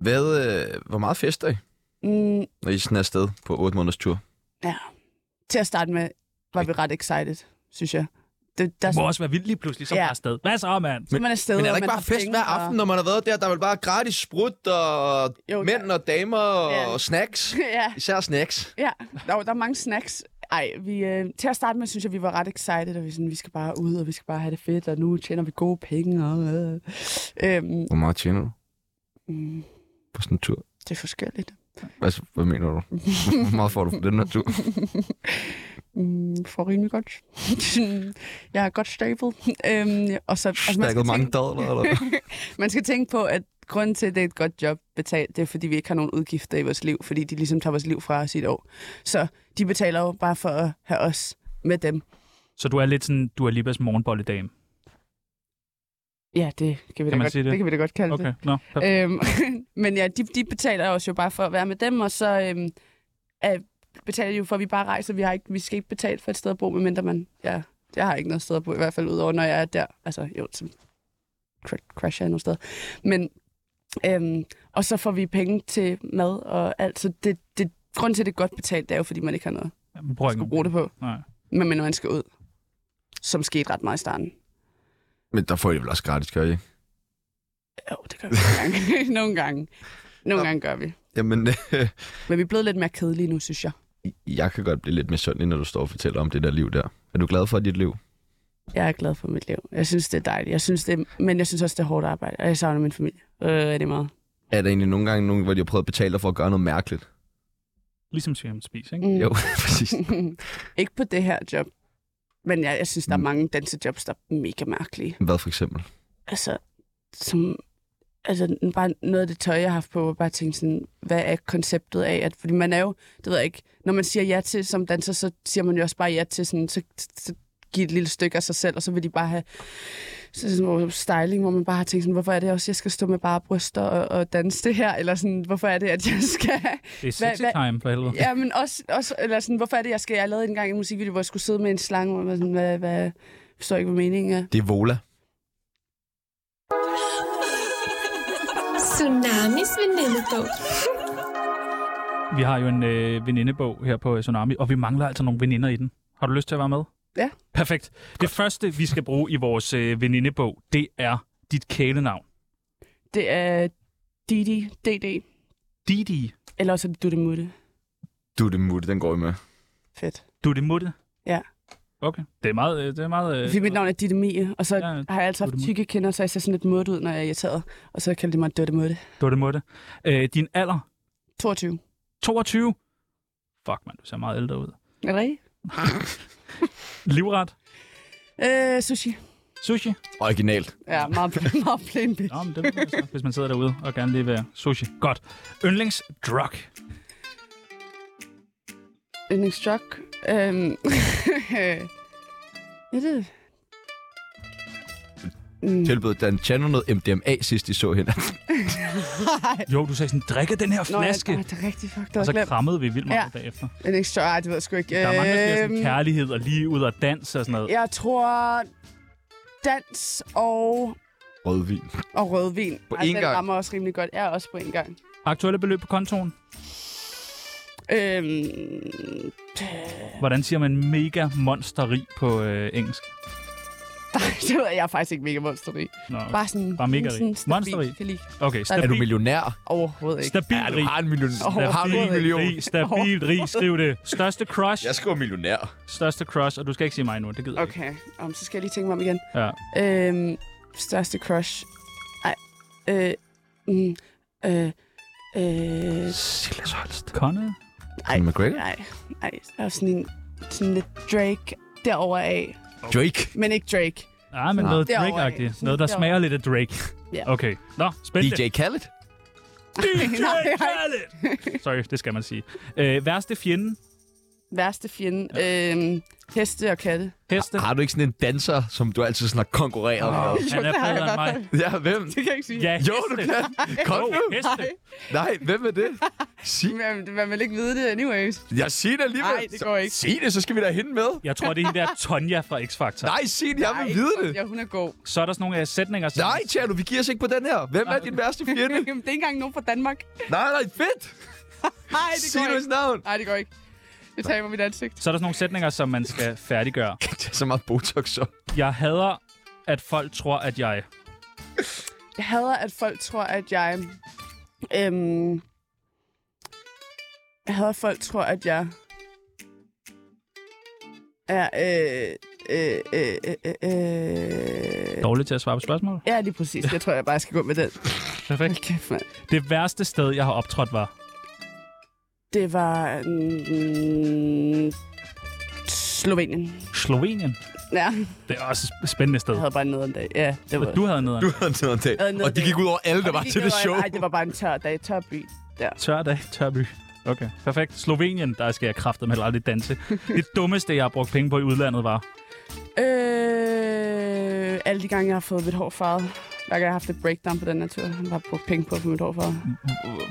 Speaker 1: Hvad, øh, hvor meget fester I,
Speaker 3: Mm,
Speaker 1: når I sådan er afsted på 8 måneders tur?
Speaker 3: til at starte med, var vi ret excited, synes jeg. Det, der,
Speaker 4: Det må også være vildt lige pludselig, som
Speaker 3: Ja.
Speaker 4: ja. afsted. Hvad så, mand?
Speaker 3: så man er sted,
Speaker 1: Men er
Speaker 3: og
Speaker 1: der ikke
Speaker 3: man
Speaker 1: bare
Speaker 3: har
Speaker 1: fest
Speaker 3: penge,
Speaker 1: hver
Speaker 3: og-
Speaker 1: aften, når man har været der? Der er vel bare gratis sprut og
Speaker 3: Jo,
Speaker 1: mænd og damer
Speaker 3: Ja.
Speaker 1: og snacks?
Speaker 3: ja.
Speaker 1: Især snacks.
Speaker 3: Ja, der, var- der er mange snacks. Ej, vi, øh, til at starte med, synes jeg, vi var ret excited, og vi, sådan, vi skal bare ud, og vi skal bare have det fedt, og nu tjener vi gode penge. Og, øh. øhm,
Speaker 1: Hvor meget tjener du
Speaker 3: mm,
Speaker 1: på sådan en tur?
Speaker 3: det er forskelligt.
Speaker 1: Altså, hvad mener du? Hvor meget får du for den her tur?
Speaker 3: Mm, får rimelig godt. jeg er godt stablet. øhm, og så, altså, man, skal
Speaker 1: Stakket mange
Speaker 3: tænke,
Speaker 1: dadler, eller hvad?
Speaker 3: man skal tænke på, at grunden til, at det er et godt job betalt, det er, fordi vi ikke har nogen udgifter i vores liv, fordi de ligesom tager vores liv fra os i et år. Så de betaler jo bare for at have os med dem.
Speaker 4: Så du er lidt sådan, du er Libas morgenbolledame.
Speaker 3: Ja, det kan vi,
Speaker 4: Kan
Speaker 3: da
Speaker 4: man
Speaker 3: godt,
Speaker 4: sige det?
Speaker 3: det kan vi da godt kalde det.
Speaker 4: Okay, nå. No.
Speaker 3: Øhm, men ja, de, de betaler os jo bare for at være med dem, og så øhm, er, betaler de jo for, at vi bare rejser. Vi, har ikke, vi skal ikke betale for et sted at bo, medmindre man... Ja, jeg har ikke noget sted at bo, i hvert fald udover, når jeg er der. Altså, jo, så cr- crasher jeg nogle steder. Men, øhm, og så får vi penge til mad og alt. Så det, det, grunden til, at det er godt betalt, det er jo, fordi man ikke har noget
Speaker 4: Jamen, prøv
Speaker 3: at skulle bruge det på.
Speaker 4: Nej.
Speaker 3: Men, men når man skal ud, som skete ret meget i starten.
Speaker 1: Men der får I det vel også gratis, gør I ikke?
Speaker 3: Jo, det gør vi nogle gange. nogle gange. Nogle gange gør vi.
Speaker 1: Jamen,
Speaker 3: Men vi er blevet lidt mere kedelige nu, synes jeg.
Speaker 1: jeg kan godt blive lidt misundelig, når du står og fortæller om det der liv der. Er du glad for dit liv?
Speaker 3: Jeg er glad for mit liv. Jeg synes, det er dejligt. Jeg synes, det er, men jeg synes også, det er hårdt arbejde. Og jeg savner min familie. Øh, er det meget.
Speaker 1: Er der egentlig nogle gange, nogen, hvor de har prøvet at betale dig for at gøre noget mærkeligt?
Speaker 4: Ligesom Sjæren Spis, ikke?
Speaker 3: Mm.
Speaker 1: Jo, præcis.
Speaker 3: ikke på det her job. Men jeg, jeg synes, der er
Speaker 1: Mm.
Speaker 3: mange dansejobs, der er mega mærkelige.
Speaker 1: Hvad for eksempel?
Speaker 3: Altså, som, altså bare noget af det tøj, jeg har haft på, hvor jeg bare tænkte sådan, hvad er konceptet af? At, fordi man er jo, det ved jeg ikke, når man siger ja til som danser, så siger man jo også bare ja til sådan, så, så give et lille stykke af sig selv, og så vil de bare have så sådan noget styling, hvor man bare har tænkt sådan, hvorfor er det også, jeg skal stå med bare bryster og, og danse det her, eller sådan, hvorfor er det, at jeg skal
Speaker 4: Det er
Speaker 3: Hvad-
Speaker 4: sexy
Speaker 3: hvad-
Speaker 4: time, for helvede.
Speaker 3: Ja, men også, også eller sådan, hvorfor er det, jeg skal... Jeg lavede engang en musikvideo, hvor jeg skulle sidde med en slange, og jeg var sådan, hvad, hvad, forstår ikke, hvad meningen er.
Speaker 1: Det er Vola.
Speaker 9: Tsunamis venindebog.
Speaker 4: Vi har jo en øh, venindebog her på øh, Tsunami, og vi mangler altså nogle veninder i den. Har du lyst til at være med?
Speaker 3: Ja.
Speaker 4: Perfekt. Det første, vi skal bruge i vores øh, venindebog, det er dit kælenavn.
Speaker 3: Det er Didi, DD,
Speaker 4: Didi.
Speaker 3: eller også er det Dutte Mutte.
Speaker 1: Du, det mutte, den går I med.
Speaker 3: Fedt.
Speaker 4: Du er det mutte?
Speaker 3: Ja.
Speaker 4: Okay. Det er meget... Øh, det er meget øh,
Speaker 3: Fordi mit navn er Ditte Mie, og så
Speaker 4: Ja,
Speaker 3: har jeg altid haft
Speaker 4: Dutte Mutte.
Speaker 3: tykke kinder, så jeg ser sådan lidt mødt ud, når jeg er irriteret. Og så kalder de mig Dutte Mutte.
Speaker 4: Du er det mutte. Øh, din alder?
Speaker 3: 22.
Speaker 4: 22. Fuck, mand. Du ser meget ældre ud.
Speaker 3: Er det rigtigt?
Speaker 4: Livret?
Speaker 3: Øh, sushi.
Speaker 4: Sushi?
Speaker 1: Originalt.
Speaker 3: Ja, meget, meget plain bitch.
Speaker 4: Nå, men det ved man så, hvis man sidder derude og gerne lige vil have sushi. Godt. Yndlingsdrug.
Speaker 3: Yndlingsdrug. Øhm, ja, det... Mm.
Speaker 1: Tilbød Dan Chano noget MDMA, sidst I så hende.
Speaker 4: Jo, du sagde sådan, drikke den her
Speaker 3: Nå,
Speaker 4: flaske.
Speaker 3: ja, det er rigtigt. Fuck, det var
Speaker 4: og så
Speaker 3: glemt.
Speaker 4: krammede vi vildt meget ja.
Speaker 3: Ja.
Speaker 4: bagefter.
Speaker 3: Yndlingsdrug, ej, det ved jeg sgu ikke.
Speaker 4: Der er mange, der siger sådan
Speaker 3: Øhm,
Speaker 4: kærlighed og lige ud og dans og sådan noget.
Speaker 3: Jeg tror dans og,
Speaker 1: Rødvin.
Speaker 3: og rødvin.
Speaker 1: På én
Speaker 3: den
Speaker 1: gang?
Speaker 3: rammer også rimelig godt. Jeg er også på en gang.
Speaker 4: Aktuelle beløb på kontoen.
Speaker 3: Øhm,
Speaker 4: Hvordan siger man mega monsteri på øh, engelsk?
Speaker 3: det ved jeg, jeg er faktisk ikke mega monsterrig.
Speaker 4: Nå, okay.
Speaker 3: Bare sådan...
Speaker 4: Bare mega rig.
Speaker 3: sådan stabil,
Speaker 4: Monsterrig?
Speaker 3: Kan lide.
Speaker 4: okay
Speaker 1: Er
Speaker 4: stabil,
Speaker 1: du millionær?
Speaker 3: Overhovedet ikke.
Speaker 4: stabil
Speaker 1: Ja, du
Speaker 4: rig.
Speaker 1: har en million.
Speaker 4: Stabil,
Speaker 1: Du har en million.
Speaker 4: rig. Stabil rig, skriv det. Største crush.
Speaker 1: Jeg skriver millionær.
Speaker 4: Største crush, og du skal ikke sige mig nu, det gider jeg ikke.
Speaker 3: Okay, Om, så skal jeg lige tænke mig om igen.
Speaker 4: Ja.
Speaker 3: Øhm, største crush. Ej. Øh, mm, øh, øh,
Speaker 1: Silas Holst.
Speaker 4: Conne?
Speaker 1: Ej. McGregor?
Speaker 3: nej, nej. Der er sådan en sådan lidt Drake derovre af.
Speaker 1: Drake.
Speaker 3: Men ikke Drake.
Speaker 4: Ja, men
Speaker 1: Nå.
Speaker 4: noget
Speaker 3: Derovre af.
Speaker 4: Drake-agtigt.
Speaker 3: Sådan
Speaker 4: Noget, der
Speaker 3: derovre.
Speaker 4: smager lidt af Drake.
Speaker 3: Ja.
Speaker 4: Okay. Nå, spændende.
Speaker 1: DJ Khaled.
Speaker 4: DJ
Speaker 3: Nej, nej.
Speaker 4: Khaled! Sorry, det skal man sige. Øh, værste fjende.
Speaker 3: Værste fjende. Ja. Øhm, heste og katte.
Speaker 4: Heste.
Speaker 1: Har du ikke sådan en danser, som du altid sådan har konkurreret med?
Speaker 4: Han er
Speaker 3: det har jeg
Speaker 4: bedre end
Speaker 3: i hvert
Speaker 4: mig.
Speaker 3: fald.
Speaker 1: Ja, hvem?
Speaker 3: Det kan jeg ikke sige.
Speaker 4: Ja,
Speaker 1: Jo, du
Speaker 4: heste.
Speaker 1: kan. Kom
Speaker 4: Jo,
Speaker 1: nu.
Speaker 4: heste.
Speaker 1: Nej, hvem er det? Sig.
Speaker 3: Man, man vil ikke vide det anyways.
Speaker 1: Jeg siger det alligevel.
Speaker 3: Nej, det går ikke.
Speaker 1: Så- Sig det, så skal vi da hende med.
Speaker 4: Jeg tror, det er hende der Tonja fra X-Factor.
Speaker 1: Nej, sig det. Jeg vil vide det.
Speaker 3: Ja, hun er god.
Speaker 4: Så er der sådan nogle øh, sætninger, som...
Speaker 1: Nej, Tjerno, vi giver os ikke på den her. Hvem er din værste fjende?
Speaker 3: Jamen, det er ikke engang nogen fra Danmark.
Speaker 1: Nej, nej, fedt.
Speaker 3: Nej, det
Speaker 1: Sig
Speaker 3: går
Speaker 1: nu hans
Speaker 3: ikke.
Speaker 1: navn.
Speaker 3: Nej, det går ikke. Det taber mit ansigt.
Speaker 4: Så er der sådan nogle sætninger, som man skal færdiggøre.
Speaker 1: Det er så meget Botox, så.
Speaker 4: Jeg hader, at folk tror, at jeg...
Speaker 3: Jeg hader, at folk tror, at jeg... Øhm, jeg hader, at folk tror, at jeg... Er, øh, øh, øh, øh, øh, øh.
Speaker 4: Dårlig til at svare på spørgsmål.
Speaker 3: Ja, lige præcis. Jeg tror, jeg bare skal gå med den.
Speaker 4: Perfekt.
Speaker 3: Kæft, mand.
Speaker 4: Det værste sted, jeg har optrådt, var...
Speaker 3: Det var mm, Slovenien.
Speaker 4: Slovenien.
Speaker 3: Ja,
Speaker 4: Det er også et spændende sted.
Speaker 3: jeg havde bare en nederen dag. Ja, det var...
Speaker 4: Du havde noget.
Speaker 1: Du havde sådan en dag,
Speaker 3: havde noget
Speaker 1: og det gik
Speaker 3: dag.
Speaker 1: ud over alle, der var til det show.
Speaker 3: Nej, det var bare en tør dag, tør by. Der.
Speaker 4: Tør dag, tør by. Okay, perfekt. Slovenien, der skal jeg kraftet med heller aldrig danse. Det dummeste, jeg har brugt penge på i udlandet, var...
Speaker 3: Øh, alle de gange, jeg har fået mit hår farvet. Hver gang jeg har haft et breakdown på den natur. Jeg har bare brugt penge på at få mit hår farvet.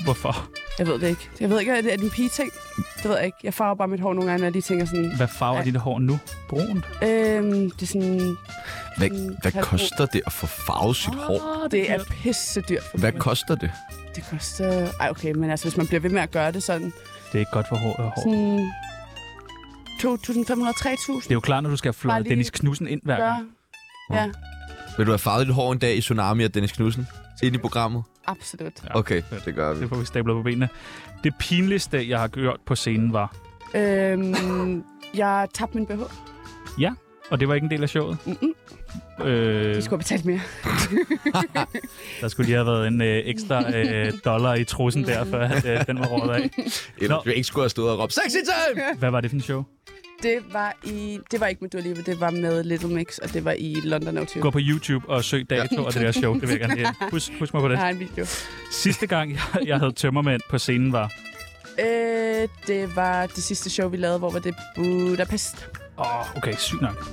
Speaker 4: Hvorfor?
Speaker 3: Jeg ved det ikke. Jeg ved ikke, er det er det en pige-ting? Det ved jeg ikke. Jeg farver bare mit hår nogle gange, når jeg lige tænker sådan...
Speaker 4: Hvad farver er dit hår nu? Brunt?
Speaker 3: Øhm, det er sådan...
Speaker 1: Hvad,
Speaker 3: Halvbrug.
Speaker 1: hvad koster det at få farvet sit hår?
Speaker 3: Det er pisse dyrt for
Speaker 1: Hvad
Speaker 3: mig.
Speaker 1: koster det?
Speaker 3: Det koster... Ej, okay, men altså, hvis man bliver ved med at gøre det sådan...
Speaker 4: Det er ikke godt for hår. hår.
Speaker 3: Sådan... 2.500-3.000
Speaker 4: Det er jo klart, når du skal fløje
Speaker 3: Bare lige-
Speaker 4: Dennis Knudsen ind hver gang.
Speaker 3: gør. Ja,
Speaker 1: Vil du have farvet dit hår en dag i Tsunami og Dennis Knudsen? Ind i programmet?
Speaker 3: absolut.
Speaker 4: Ja.
Speaker 1: Okay, det gør vi.
Speaker 4: Det får vi stablet på benene. Det pinligste, jeg har gjort på scenen, var...
Speaker 3: Øhm, jeg tabte min BH.
Speaker 4: Og det var ikke en del af showet.
Speaker 3: Mm-mm.
Speaker 4: Øh,
Speaker 3: De skulle have betalt mere.
Speaker 4: der skulle lige have været en øh, ekstra øh, dollar i trussen der, før at, øh, den var rådet af.
Speaker 1: Eller
Speaker 4: Nå.
Speaker 1: du ikke skulle have stået og råbt, Sexy time!
Speaker 4: Hvad var det for en show?
Speaker 3: Det var, i, det var ikke med Dua Lipa, det var med Little Mix, og det var i London O2.
Speaker 4: Gå på YouTube og søg dato og det der show. Det vil jeg gerne lige- husk, husk mig på det.
Speaker 3: Jeg har en video.
Speaker 4: Sidste gang, jeg, jeg havde tømmermænd på scenen, var...
Speaker 3: Øh, det var det sidste show, vi lavede, hvor var det Budapest.
Speaker 4: Åh, oh, okay, sygt nok.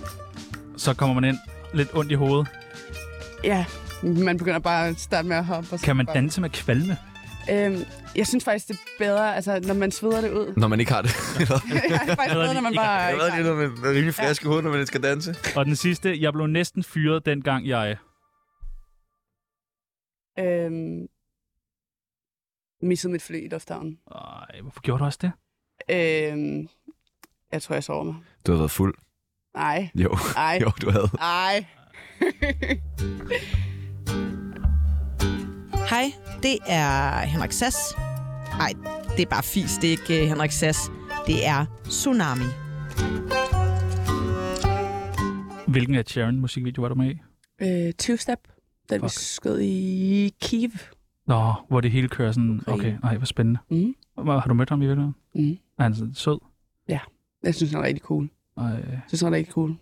Speaker 4: Så kommer man ind lidt ondt i hovedet.
Speaker 3: Ja, man begynder bare at starte med at hoppe. Og så
Speaker 4: Kan man
Speaker 3: bare-
Speaker 4: danse med kvalme?
Speaker 3: Øhm, jeg synes faktisk, det er bedre, altså, når man sveder det ud.
Speaker 1: Når man ikke har det.
Speaker 3: det er faktisk bedre, når man bare...
Speaker 1: Jeg ved, det er
Speaker 3: er i gang.
Speaker 1: noget med med rimelig friske hoved, når man skal danse.
Speaker 4: Og den sidste, jeg blev næsten fyret, dengang jeg...
Speaker 3: Øhm, missede mit fly i lufthavnen.
Speaker 4: Ej, hvorfor gjorde du også det?
Speaker 3: Øhm, jeg tror, jeg sover mig.
Speaker 1: Du har været fuld.
Speaker 3: Nej,
Speaker 1: Jo,
Speaker 3: nej,
Speaker 1: jo, du havde.
Speaker 3: nej.
Speaker 5: Hej, det er Henrik Sass. Nej, det er bare fis, det er ikke øh, Henrik Sass. Det er Tsunami.
Speaker 4: Hvilken af Sharon musikvideo var du med i?
Speaker 3: Øh, 20 step. Den vi
Speaker 4: Fuck.
Speaker 3: skød i Kiev.
Speaker 4: Nå, hvor det hele kører sådan... Okay,
Speaker 3: Ukraine.
Speaker 4: nej, hvor spændende.
Speaker 3: Mm.
Speaker 4: Hvor- Har du mødt ham i virkeligheden?
Speaker 3: Mm.
Speaker 4: Er han sådan sød?
Speaker 3: Jeg synes, den er rigtig cool.
Speaker 4: Ej,
Speaker 3: Jeg synes, den er rigtig cool.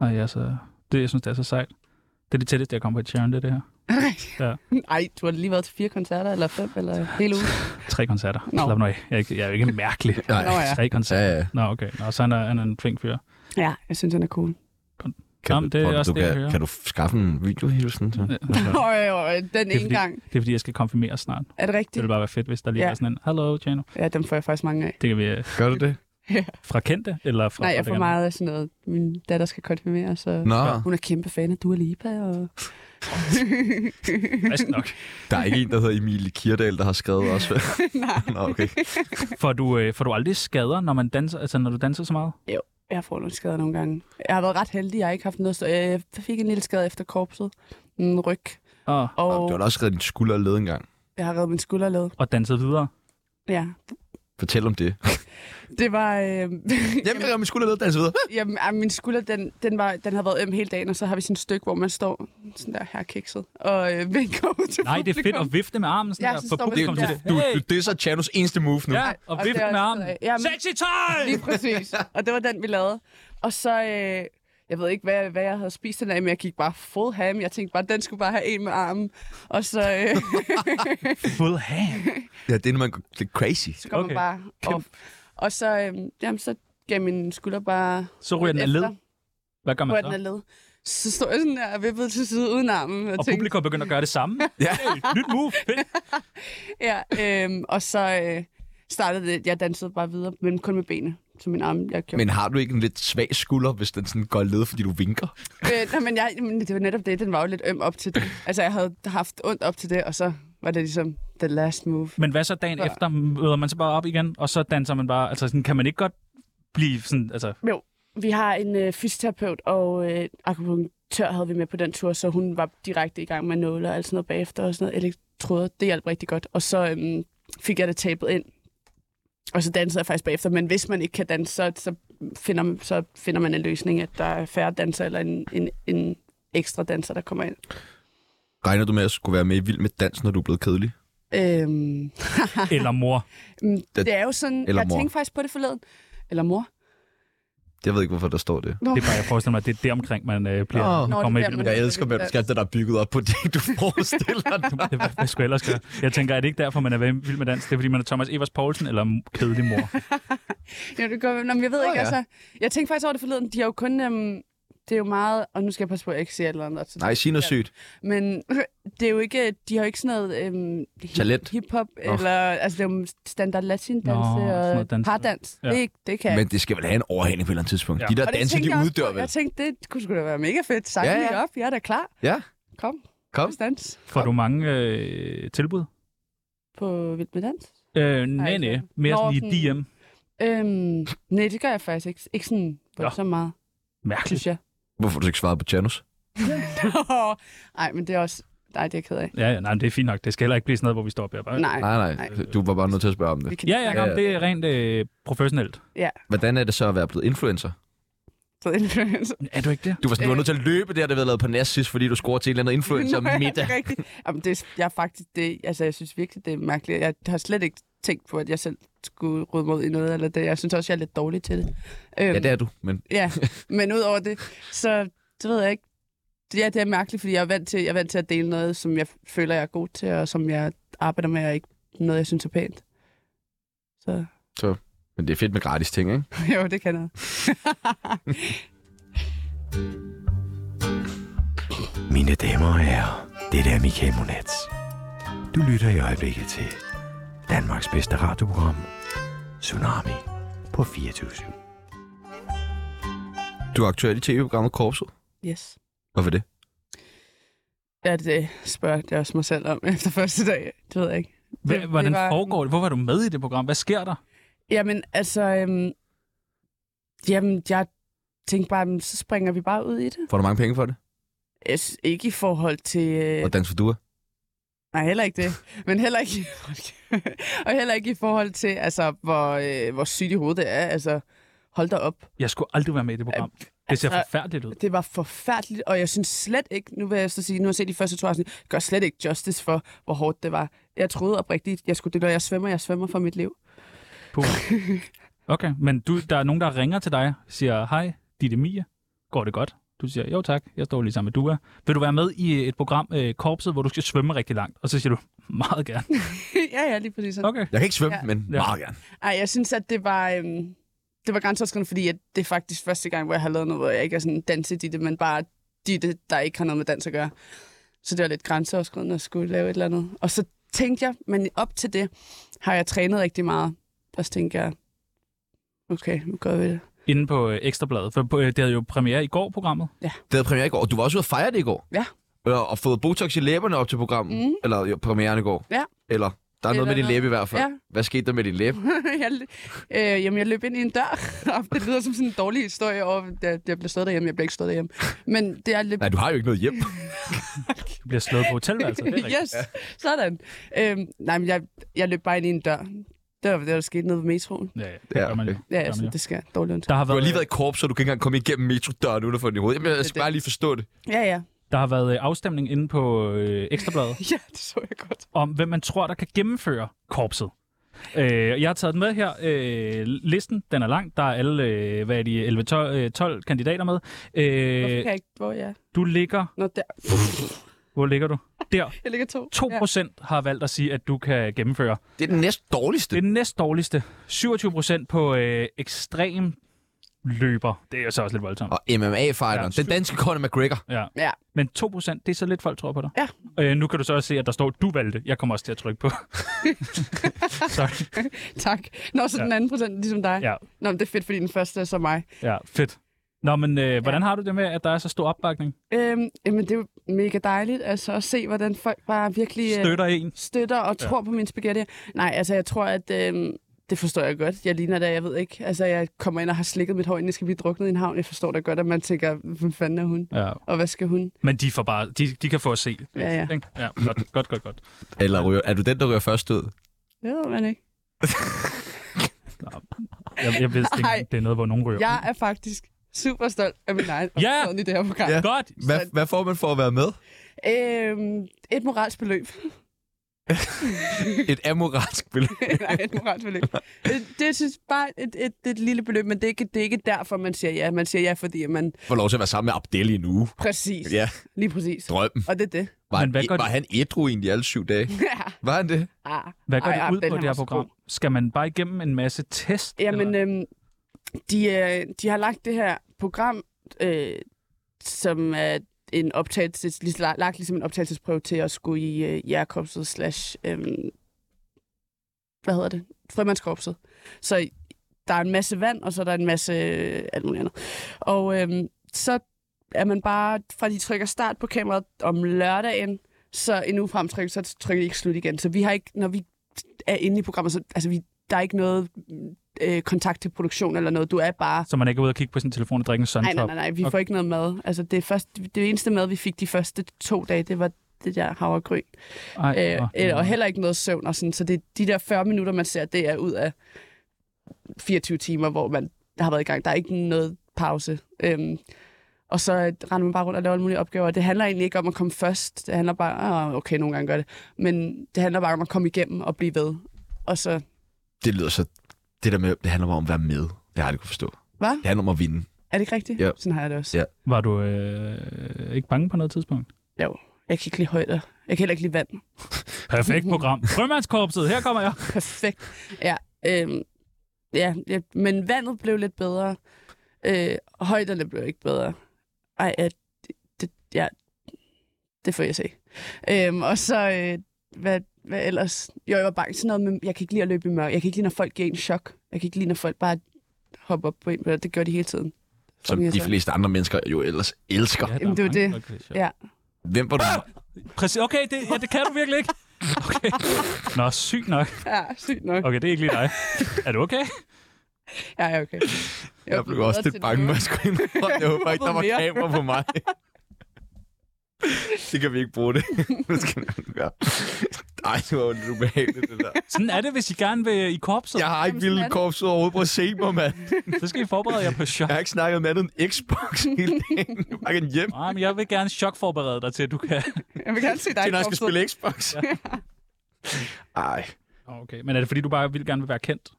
Speaker 4: nej, altså... Det, jeg synes, det er så sejt. Det er det tætteste, jeg kommer på et Sharon, det er det her. Ja.
Speaker 3: Ej, du har lige været til fire koncerter, eller fem, eller hele ugen.
Speaker 4: Tre koncerter.
Speaker 3: Nå.
Speaker 4: Slap nu af. Jeg er, ikke, jeg er jo ikke mærkelig.
Speaker 1: Nej.
Speaker 3: Nå ja.
Speaker 4: Tre
Speaker 1: Ja,
Speaker 4: koncerter.
Speaker 1: ja.
Speaker 4: Nå, okay. Nå, så han er, han er en flink fyr.
Speaker 3: Ja, jeg synes, den er cool.
Speaker 1: Kan,
Speaker 4: Jamen,
Speaker 1: du,
Speaker 4: det er
Speaker 1: Poul,
Speaker 4: også
Speaker 1: du
Speaker 4: det, jeg
Speaker 1: kan,
Speaker 4: hører.
Speaker 1: kan du skaffe en videohilsen? til?
Speaker 4: Ja.
Speaker 3: Øj, øj, den
Speaker 4: Det er
Speaker 3: ene
Speaker 4: fordi-
Speaker 3: gang.
Speaker 4: Det er fordi, jeg skal konfirmeres snart.
Speaker 3: Er det
Speaker 4: Det
Speaker 3: rigtigt?
Speaker 4: ville bare være fedt, hvis der lige
Speaker 3: Ja.
Speaker 4: var sådan en, hello, Jano.
Speaker 3: Ja, dem får jeg faktisk mange af.
Speaker 4: Det kan vi øh,
Speaker 1: Gør du det?
Speaker 4: fra kendte, eller fra
Speaker 3: Nej, jeg får
Speaker 4: fra-
Speaker 3: meget af sådan noget. Min datter skal konfirmere, så...
Speaker 1: Nå,
Speaker 3: Hun er kæmpe fan af Dua Lipa, og...
Speaker 4: Frisk nok.
Speaker 1: der er ikke en, der hedder Emilie Kirdal, der har skrevet også.
Speaker 3: Nej,
Speaker 1: Nå, okay.
Speaker 4: Får du, øh, får du aldrig skader, når man danser, altså når du danser så meget?
Speaker 3: jeg får nogle skader nogle gange. Jeg har været ret heldig, jeg har ikke haft noget... Så jeg fik en lille skade efter korpset. En ryg.
Speaker 4: Og,
Speaker 1: Du har
Speaker 3: Og
Speaker 1: da også skrevet din skulder og led engang.
Speaker 3: jeg har reddet min skulderled.
Speaker 4: og danset videre?
Speaker 3: Ja,
Speaker 1: Fortæl om det.
Speaker 3: det var... Øh...
Speaker 1: Jamen, jeg har min skulder og led, danser videre.
Speaker 3: Jamen, ej, min skulder, den, den, var, den havde været øm hele dagen, og så har vi sådan et stykke, hvor man står sådan der her kikset og øh, vinker ud til
Speaker 4: Nej, det er fedt at vifte med armen, sådan
Speaker 3: Ja,
Speaker 4: der,
Speaker 3: så
Speaker 4: for
Speaker 3: står man
Speaker 4: publikum til
Speaker 3: sådan
Speaker 4: det.
Speaker 1: Du,
Speaker 4: Hey!
Speaker 1: du disser Chanos eneste move nu.
Speaker 4: Ja, og
Speaker 3: Og det
Speaker 4: vifte
Speaker 3: er også
Speaker 4: med armen.
Speaker 3: fedt af. Jamen-
Speaker 4: Sexy time!
Speaker 3: Lige præcis. og det var den, vi lavede. Og så, øh, jeg ved ikke, hvad, hvad jeg havde spist den af, men jeg gik bare full ham. Jeg tænkte bare, den skulle bare have en med armen. Og så, øh,
Speaker 4: Full hand.
Speaker 1: Ja, det er, når man går lidt crazy.
Speaker 3: så kom okay.
Speaker 4: Okay.
Speaker 3: man bare op. Og så, øh, jamen, så gav min skulder bare...
Speaker 4: Så ryger den af led.
Speaker 3: efter,
Speaker 4: Hvad gør man
Speaker 3: hvor
Speaker 4: så?
Speaker 3: den er led. Så stod jeg sådan der og vippede til side uden armen. Og,
Speaker 4: Og
Speaker 3: tænkte,
Speaker 4: publikum begynder at gøre det samme.
Speaker 1: Ja.
Speaker 4: Hey, nyt move. Fedt.
Speaker 3: Ja, øhm, og så øh, startede det. Jeg dansede bare videre, men kun med benene. Så min arm, jeg gjorde.
Speaker 1: Men har du ikke en lidt svag skulder, hvis den sådan går led, fordi du vinker?
Speaker 3: Øh, nej, men, jeg, men det var netop det. Den var jo lidt øm op til det. Altså, jeg havde haft ondt op til det, og så var det ligesom the last move.
Speaker 4: Men hvad så dagen
Speaker 3: Ja.
Speaker 4: efter? Møder man så bare op igen, og så danser man bare? Altså, sådan, kan man ikke godt blive sådan, altså...
Speaker 3: Vi har en øh, fysioterapeut og øh, akupunktør havde vi med på den tur, så hun var direkte i gang med nåler og alt sådan noget bagefter, og sådan noget elektroder. Det hjalp rigtig godt. Og så øhm, fik jeg det tabet ind. Og så dansede jeg faktisk bagefter, men hvis man ikke kan danse, så, så, finder, så finder man en løsning, at der er færre danser eller en, en, en ekstra danser, der kommer ind.
Speaker 1: Regner du med at skulle være med i Vild med Dans, når du er blevet kedelig?
Speaker 3: Øhm,
Speaker 4: Eller mor.
Speaker 3: mm, det er jo sådan,
Speaker 1: Eller
Speaker 3: jeg
Speaker 1: mor.
Speaker 3: tænkte faktisk på det forleden. Eller mor.
Speaker 1: Jeg ved ikke, hvorfor der står det.
Speaker 4: Det er bare, jeg forestiller mig, at det er deromkring, man øh, bliver
Speaker 1: Nå.
Speaker 4: oh,
Speaker 3: Nå, det
Speaker 4: kommer i
Speaker 3: bliver
Speaker 4: byen.
Speaker 3: man.
Speaker 1: Jeg elsker venskab, der er bygget op på det, du forestiller dig.
Speaker 4: Det- Hvad, hvad skulle jeg ellers gøre? Jeg tænker, er det ikke derfor, man er vild med dans? Det er, fordi man er Thomas Evers Poulsen eller m- kedelig mor?
Speaker 3: Ja, det går, Nå, men jeg ved
Speaker 1: Nå,
Speaker 3: oh, ikke,
Speaker 1: ja.
Speaker 3: ja. altså. Jeg tænkte faktisk over det forleden. De har jo kun... Øhm, det er jo meget... Og nu skal jeg passe på, at jeg ikke siger et eller andet.
Speaker 1: Nej, sig noget sygt.
Speaker 3: Men det er jo ikke... De har jo ikke sådan noget... Øhm, hip-
Speaker 1: Talent.
Speaker 3: Hip-hop. Eller, altså, det er jo standard latin
Speaker 4: Nå,
Speaker 3: danse
Speaker 4: sådan
Speaker 3: og
Speaker 4: noget dans.
Speaker 3: pardans.
Speaker 4: Ja.
Speaker 3: Ja. Det, er ikke- det kan jeg
Speaker 1: Men
Speaker 3: ikke.
Speaker 1: det skal vel have en overhaling på et eller andet tidspunkt.
Speaker 4: Ja.
Speaker 1: De der
Speaker 3: Og det
Speaker 1: danser,
Speaker 3: tænkte
Speaker 1: de
Speaker 3: jeg også
Speaker 1: uddør
Speaker 3: på.
Speaker 1: vel.
Speaker 3: Jeg tænkte, det kunne sgu da være mega fedt. Sang
Speaker 1: Ja,
Speaker 3: ja,
Speaker 1: ja.
Speaker 3: ja. op. Jeg er da klar.
Speaker 1: Ja.
Speaker 3: Kom.
Speaker 1: Kom.
Speaker 3: Kom. Dans.
Speaker 4: Får du mange øh, tilbud?
Speaker 3: På Vild Med Dans.
Speaker 4: Øh, nej,
Speaker 3: ikke
Speaker 4: nej.
Speaker 3: sådan.
Speaker 4: Mere
Speaker 3: Nå,
Speaker 4: sådan i DM.
Speaker 3: Øhm, nej, det gør jeg faktisk ikke. Ikke sådan
Speaker 4: Nå.
Speaker 3: så meget,
Speaker 4: Mærkeligt.
Speaker 3: synes jeg.
Speaker 1: Hvorfor har du ikke svaret på Janus?
Speaker 3: Nej, men det er også... Nej, det er jeg ked af.
Speaker 4: Ja, ja, nej, men det er fint nok. Det skal heller ikke blive sådan noget, hvor vi står og bliver bare...
Speaker 3: Nej.
Speaker 1: Nej, nej. Du var bare nødt til at spørge om det.
Speaker 3: Vi kan
Speaker 4: Ja, ja,
Speaker 1: Ja,
Speaker 4: ja,
Speaker 1: ja.
Speaker 4: det er rent øh, professionelt.
Speaker 1: Hvordan er det så at være blevet influencer?
Speaker 3: Så influencer.
Speaker 4: Er du ikke det?
Speaker 1: Du var, sådan,
Speaker 3: Øh.
Speaker 1: du var nødt til at løbe der, der havde lavet på næst sidst, fordi du scorede til en eller anden influencer
Speaker 3: Nå, ja,
Speaker 1: middag.
Speaker 3: det er rigtigt. Jamen, det, er- jeg er faktisk det, altså, jeg synes virkelig, det er mærkeligt. Jeg har slet ikke tænkt på, at jeg selv skulle råde mod i noget, eller det. Jeg synes også, jeg er lidt dårlig til det. Øhm,
Speaker 1: Ja, det er du, men
Speaker 3: ja, men udover det, så, så ved jeg ikke. Ja, det er mærkeligt, fordi jeg er, vant til, jeg er vant til at dele noget, som jeg føler, jeg er god til, og som jeg arbejder med, og ikke noget, jeg synes er pænt. Så
Speaker 1: Men det er fedt med gratis ting, ikke?
Speaker 3: jo, det kan noget.
Speaker 9: Mine damer og herrer, det er Michael Monats. Du lytter i øjeblikket til Danmarks bedste radioprogram, Tsunami på 24
Speaker 1: Du er aktuel i tv-programmet Korpset.
Speaker 3: Yes.
Speaker 1: Hvorfor det?
Speaker 3: Ja, det spørger jeg også mig selv om efter første dag. Det ved jeg ikke.
Speaker 4: Hva,
Speaker 3: det
Speaker 4: hvordan
Speaker 3: var-
Speaker 4: foregår det? Hvorfor er du med i det program? Hvad sker der?
Speaker 3: Jamen, altså... Øhm, jamen, jeg tænkte bare, jamen, så springer vi bare ud i det.
Speaker 1: Får du mange penge for det?
Speaker 3: Jeg synes, ikke i forhold til... Øh,
Speaker 1: Og dans for duer?
Speaker 3: nej, heller ikke det. Men heller ikke... og heller ikke i forhold til, altså, hvor, øh, hvor sygt i hovedet det er. Altså, hold da op.
Speaker 4: Jeg skulle aldrig være med i det program. Det ser
Speaker 3: altså-
Speaker 4: forfærdeligt ud.
Speaker 3: Det var forfærdeligt, og jeg synes slet ikke... Nu vil jeg så sige, nu har jeg set de første to afsnit. Gør slet ikke justice for, hvor hårdt det var. Jeg troede oprigtigt, jeg skulle det, når jeg svømmer, jeg svømmer for mit liv.
Speaker 4: Puh. Okay, men du, der er nogen, der ringer til dig siger, hej, dit er Mia. Går det godt? Du siger, jo tak, jeg står lige sammen med Dua. Vil du være med i et program, øh, Korpset, hvor du skal svømme rigtig langt? Og så siger du, meget gerne.
Speaker 3: ja, ja, lige præcis sådan.
Speaker 4: Okay.
Speaker 1: Jeg kan ikke svømme, ja.
Speaker 3: Ja.
Speaker 1: men
Speaker 4: Ja.
Speaker 1: meget gerne.
Speaker 3: Ej, jeg synes, at det var, øhm, det var grænseoverskridende, fordi at det er faktisk første gang, hvor jeg har lavet noget, hvor jeg ikke er sådan danseditte, men bare ditte, der ikke har noget med dans at gøre. Så det var lidt grænseoverskridende at skulle lave et eller andet. Og så tænkte jeg, men op til det har jeg trænet rigtig meget. Og så tænkte jeg, okay, nu gør vi det.
Speaker 4: Inde på øh, Ekstrabladet, for på, øh, det havde jo premiere i går, programmet.
Speaker 1: Det havde premiere i går, og du var også ude at fejre det i går.
Speaker 3: Ja.
Speaker 1: Og, og fået Botox i læberne op til programmet.
Speaker 3: Mm.
Speaker 1: Eller jo, premieren i går.
Speaker 3: Ja.
Speaker 1: Eller der er
Speaker 3: Eller
Speaker 1: noget med din
Speaker 3: noget.
Speaker 1: læbe i hvert fald.
Speaker 3: Ja.
Speaker 1: Hvad skete der med din læbe?
Speaker 3: jeg, lø- øh, jamen, jeg løb ind i en dør. Og det lyder som sådan en dårlig historie, og jeg, jeg blev stået derhjemme, jeg blev ikke stået derhjemme. Men det er lidt...
Speaker 1: Nej, du har jo ikke noget hjem.
Speaker 4: Du bliver slået på hotelværelset. Det er rigtigt.
Speaker 3: yes, sådan. Øhm, nej, men jeg, jeg løb bare ind i en dør. Det var det, der skete nede ved metroen.
Speaker 4: Ja, ja, det gør man jo.
Speaker 1: okay.
Speaker 3: Ja,
Speaker 4: Gør
Speaker 3: jeg
Speaker 4: man
Speaker 3: synes,
Speaker 4: jo.
Speaker 3: det skal dårligt undskyld.
Speaker 4: Der har
Speaker 1: Du har
Speaker 4: været,
Speaker 1: lige været i korps, så du kan ikke engang komme igennem metrodøren uden at få den i hovedet. Jamen, jeg skal
Speaker 3: det.
Speaker 1: bare lige forstå det.
Speaker 3: Ja, ja.
Speaker 4: der har været øh, afstemning inde på øh, Ekstrabladet.
Speaker 3: Ja, det så jeg godt.
Speaker 4: om, hvem man tror, der kan gennemføre korpset. Øh, jeg har taget den med her. Øh, listen, den er lang. Der er alle, øh, hvad er de, 11, 12, øh, 12 kandidater med.
Speaker 3: Hvorfor
Speaker 4: Øh,
Speaker 3: kan jeg ikke? Hvor er jeg?
Speaker 4: du ligger...
Speaker 3: Nå, der.
Speaker 4: Hvor ligger du? Der.
Speaker 3: Jeg ligger to.
Speaker 4: 2
Speaker 3: Ja.
Speaker 4: procent har valgt at sige, at du kan gennemføre.
Speaker 1: Det er den næst dårligste.
Speaker 4: Det er den næst dårligste. 27 procent på øh, ekstrem løber. Det er jo så også lidt voldsomt.
Speaker 1: Og MMA-fighteren.
Speaker 4: Ja.
Speaker 1: Den danske Conor McGregor.
Speaker 4: Ja.
Speaker 3: Ja.
Speaker 4: Men 2 procent, det er så lidt, folk tror på dig.
Speaker 3: Ja.
Speaker 4: Øh, nu kan du så også se, at der står, du valgte. Jeg kommer også til at trykke på. Sorry.
Speaker 3: Tak. Nå, så
Speaker 4: Ja.
Speaker 3: den anden procent, ligesom dig.
Speaker 4: Ja.
Speaker 3: Nå, men det er fedt, fordi den første er så mig.
Speaker 4: Ja, fedt. Nå, men øh, hvordan har du det med, at der er så stor opbakning?
Speaker 3: Øhm, jamen, det er jo mega dejligt altså, at se, hvordan folk bare virkelig øh,
Speaker 4: Støtter en?
Speaker 3: støtter og tror på min spaghetti. Nej, altså, jeg tror, at... Øhm, det forstår jeg godt. Jeg ligner det, jeg ved ikke. Altså, jeg kommer ind og har slikket mit hår, inden jeg skal blive druknet i en havn. Jeg forstår da godt, at man tænker, hvem fanden er hun?
Speaker 4: Ja.
Speaker 3: Og hvad skal hun?
Speaker 4: Men de, får bare, de, de kan få at se. det,
Speaker 3: Ja, ja.
Speaker 4: ikke? ja godt, godt, godt, godt.
Speaker 1: Eller ryger, er du den, der ryger først ud?
Speaker 3: Det ved man ikke.
Speaker 4: Jeg, jeg ved ikke,
Speaker 3: Ej.
Speaker 4: om det er noget, hvor nogen ryger.
Speaker 3: Jeg er faktisk super stolt af min egen
Speaker 4: Ja!
Speaker 3: optræden i det her program.
Speaker 1: Ja.
Speaker 4: Godt!
Speaker 1: Hvad, hvad får man for at være med?
Speaker 3: Øhm, et moralsk beløb.
Speaker 1: Et amoralsk beløb.
Speaker 3: Nej, et moralsk beløb. Det, det synes bare et, et, et lille beløb, men det er, ikke, det er ikke derfor, man siger ja. Man siger ja, fordi man...
Speaker 1: Får lov til at være sammen med Abdel i en uge.
Speaker 3: Præcis.
Speaker 1: Ja,
Speaker 3: Lige præcis.
Speaker 1: drømmen.
Speaker 3: Og det er det.
Speaker 1: Var,
Speaker 4: Men hvad
Speaker 1: han,
Speaker 4: gør
Speaker 1: var han ædru egentlig alle syv dage?
Speaker 3: Ja.
Speaker 1: Var han det?
Speaker 3: Ah.
Speaker 4: Hvad går
Speaker 3: Ej,
Speaker 4: det
Speaker 3: ja,
Speaker 4: ud
Speaker 3: den
Speaker 4: på
Speaker 3: her
Speaker 4: det her
Speaker 3: var så
Speaker 4: program? Skal man bare igennem en masse test?
Speaker 3: Jamen,
Speaker 4: eller?
Speaker 3: øhm, de, øh, de har lagt det her program, øh, som er en optagelses, lige- lagt ligesom en optagelsesprøve til at skulle i øh, Jærkorpset slash, øh, hvad hedder det, Frømandskorpset. Så der er en masse vand, og så er der en masse øh, alt muligt andet. Og øh, så er man bare, fra de trykker start på kameraet om lørdagen, så en uge frem trykker, så trykker de ikke slut igen. Så vi har ikke, når vi er inde i programmet, så, altså vi, der er ikke noget øh, kontakt til produktion eller noget. Du er bare...
Speaker 4: Så man ikke er ude og kigge på sin telefon og drikke en
Speaker 3: Nej,
Speaker 4: suntop?
Speaker 3: øh, nej, nej, nej, vi okay. får ikke noget mad. Altså, det, er først, det eneste mad, vi fik de første to dage, det var det der havregryn.
Speaker 4: nej.
Speaker 3: Øh, øh, og heller ikke noget søvn og sådan. Så det, de der 40 minutter, man ser, det er ud af 24 timer, hvor man har været i gang. Der er ikke noget pause. Øhm, og så øh, render man bare rundt og laver alle mulige opgaver. Det handler egentlig ikke om at komme først. Det handler bare... "Ah, Okay, nogle gange gør det. Men det handler bare om at komme igennem og blive ved. Og så...
Speaker 1: Det lyder så... Det der med, det handler bare om at være med. Det har jeg aldrig kunne forstå.
Speaker 3: Hvad?
Speaker 1: Det handler om at vinde.
Speaker 3: Er det ikke rigtigt?
Speaker 1: Ja.
Speaker 3: Sådan har jeg det også.
Speaker 1: Ja.
Speaker 4: Var du øh, ikke bange på noget tidspunkt?
Speaker 3: Jeg kan ikke lide højder. Jeg kan heller ikke lide vand.
Speaker 4: Perfekt program. Frømandskorpset, her kommer jeg.
Speaker 3: Perfekt. Ja, øhm, ja, ja, men vandet blev lidt bedre. Øh, højderne blev ikke bedre. Ej, ja, det, det, ja, det får jeg se. Øhm, og så, øh, hvad, hvad ellers? Jo, jeg var bange sådan noget, men jeg kan ikke lide at løbe i mørke. Jeg kan ikke lide, når folk giver en chok. Jeg kan ikke lide, når folk bare hopper op på en. men Det gør de hele tiden.
Speaker 1: Som de fleste andre mennesker jo ellers elsker.
Speaker 4: der
Speaker 3: Jamen, det var
Speaker 4: mange
Speaker 3: det.
Speaker 4: folk, hvis jeg-
Speaker 3: Ja.
Speaker 1: Hvem var du?
Speaker 4: Præcis. Okay, det, ja, det kan du virkelig ikke. Okay. Nå, syg nok.
Speaker 3: Ja, sygt nok.
Speaker 4: Okay, det er ikke lige dig. Er du okay?
Speaker 3: Ja, ja, okay.
Speaker 1: Jeg, jeg blev også lidt bange, når jeg skulle indrømme. Jeg håber ikke, der var
Speaker 3: Mere.
Speaker 1: kamera på mig. Det kan vi ikke bruge det. Nu skal vi gøre. Ej, det var jo ubehageligt, det der.
Speaker 4: Sådan er det, hvis I gerne vil i korpset.
Speaker 1: Jeg har ikke vildt korpset overhovedet på at se mig, mand.
Speaker 4: Så skal I forberede jer på chok.
Speaker 1: Jeg har ikke snakket med andet end Xbox hele dagen. Jeg var ikke hjem
Speaker 4: Nej, men jeg vil gerne chokforberede dig til, at du kan...
Speaker 3: Jeg vil gerne se dig.
Speaker 1: til, når jeg skal
Speaker 3: Thomsen.
Speaker 1: spille Xbox. Ej,
Speaker 4: Okay, men er det fordi, du bare vil gerne vil være kendt?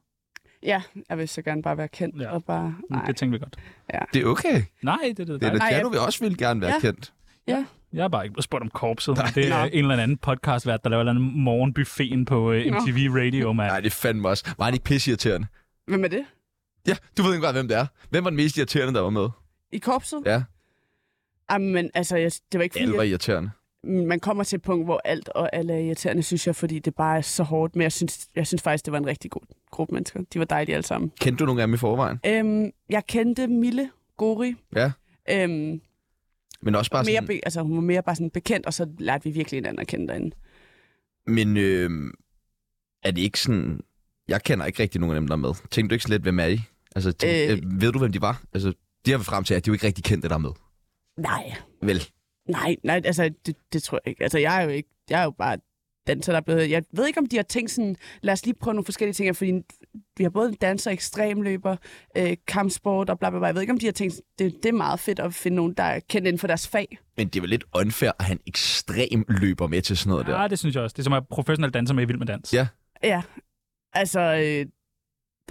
Speaker 3: Ja, jeg vil så gerne bare være kendt
Speaker 4: Ja.
Speaker 3: ja. og bare...
Speaker 4: Nej.
Speaker 3: Nej.
Speaker 4: Det tænker vi godt.
Speaker 1: det er okay.
Speaker 4: Nej, det, det, det,
Speaker 1: Det er da
Speaker 3: Ej,
Speaker 1: der,
Speaker 3: jeg-
Speaker 1: du vil også ville gerne være
Speaker 3: Ja.
Speaker 1: kendt.
Speaker 4: Jeg er bare ikke blevet spurgt om korpset.
Speaker 1: Nej.
Speaker 4: Det er
Speaker 3: Nå.
Speaker 4: en eller anden podcast vært, der laver en eller anden morgenbuffeten på øh,
Speaker 3: Nå.
Speaker 4: MTV Radio, mand.
Speaker 1: Nej, det fandt mig også. Var han ikke pisseirriterende?
Speaker 3: Hvem er det?
Speaker 1: Ja, du ved ikke godt, hvem det er. Hvem var den mest irriterende, der var med?
Speaker 3: I korpset?
Speaker 1: Ja.
Speaker 3: Jamen, altså, jeg, det var ikke fordi,
Speaker 1: Alle var
Speaker 3: jeg,
Speaker 1: irriterende.
Speaker 3: man kommer til et punkt, hvor alt og alle er irriterende, synes jeg, fordi det bare er så hårdt. Men jeg synes, jeg synes faktisk, det var en rigtig god gruppe mennesker. De var dejlige alle sammen.
Speaker 1: Kendte du nogen af dem i forvejen?
Speaker 3: Øhm, jeg kendte Mille Gori.
Speaker 1: Ja.
Speaker 3: Øhm,
Speaker 1: Men også bare
Speaker 3: mere
Speaker 1: sådan...
Speaker 3: be, altså, hun var mere bare sådan bekendt, og så lærte vi virkelig hinanden at kende derinde.
Speaker 1: Men øh, er det ikke sådan... Jeg kender ikke rigtig nogen af dem, der er med. Tænkte du ikke slet, hvem er I? Altså, tænk,
Speaker 3: Øh.
Speaker 1: øh... ved du, hvem de var? Altså, det har vi frem til, at de er jo ikke rigtig kendte, der er med.
Speaker 3: Nej,
Speaker 1: Vel,
Speaker 3: nej, nej, altså, det, det tror jeg ikke. Altså, jeg er jo ikke, jeg er jo bare danser, der er blevet... Jeg ved ikke, om de har tænkt sådan, lad os lige prøve nogle forskellige ting, fordi vi har både en danser, ekstremløber, øh, kampsport og bla, bla, bla. Jeg ved ikke, om de har tænkt, det, det er meget fedt at finde nogen, der er kendt inden for deres fag.
Speaker 1: men det er vel lidt unfair, at han ekstrem løber med til sådan noget der.
Speaker 4: Ja, det synes jeg også. Det er som at være professionel danser med i Vild Med Dans.
Speaker 1: Ja.
Speaker 3: Ja, altså, øh,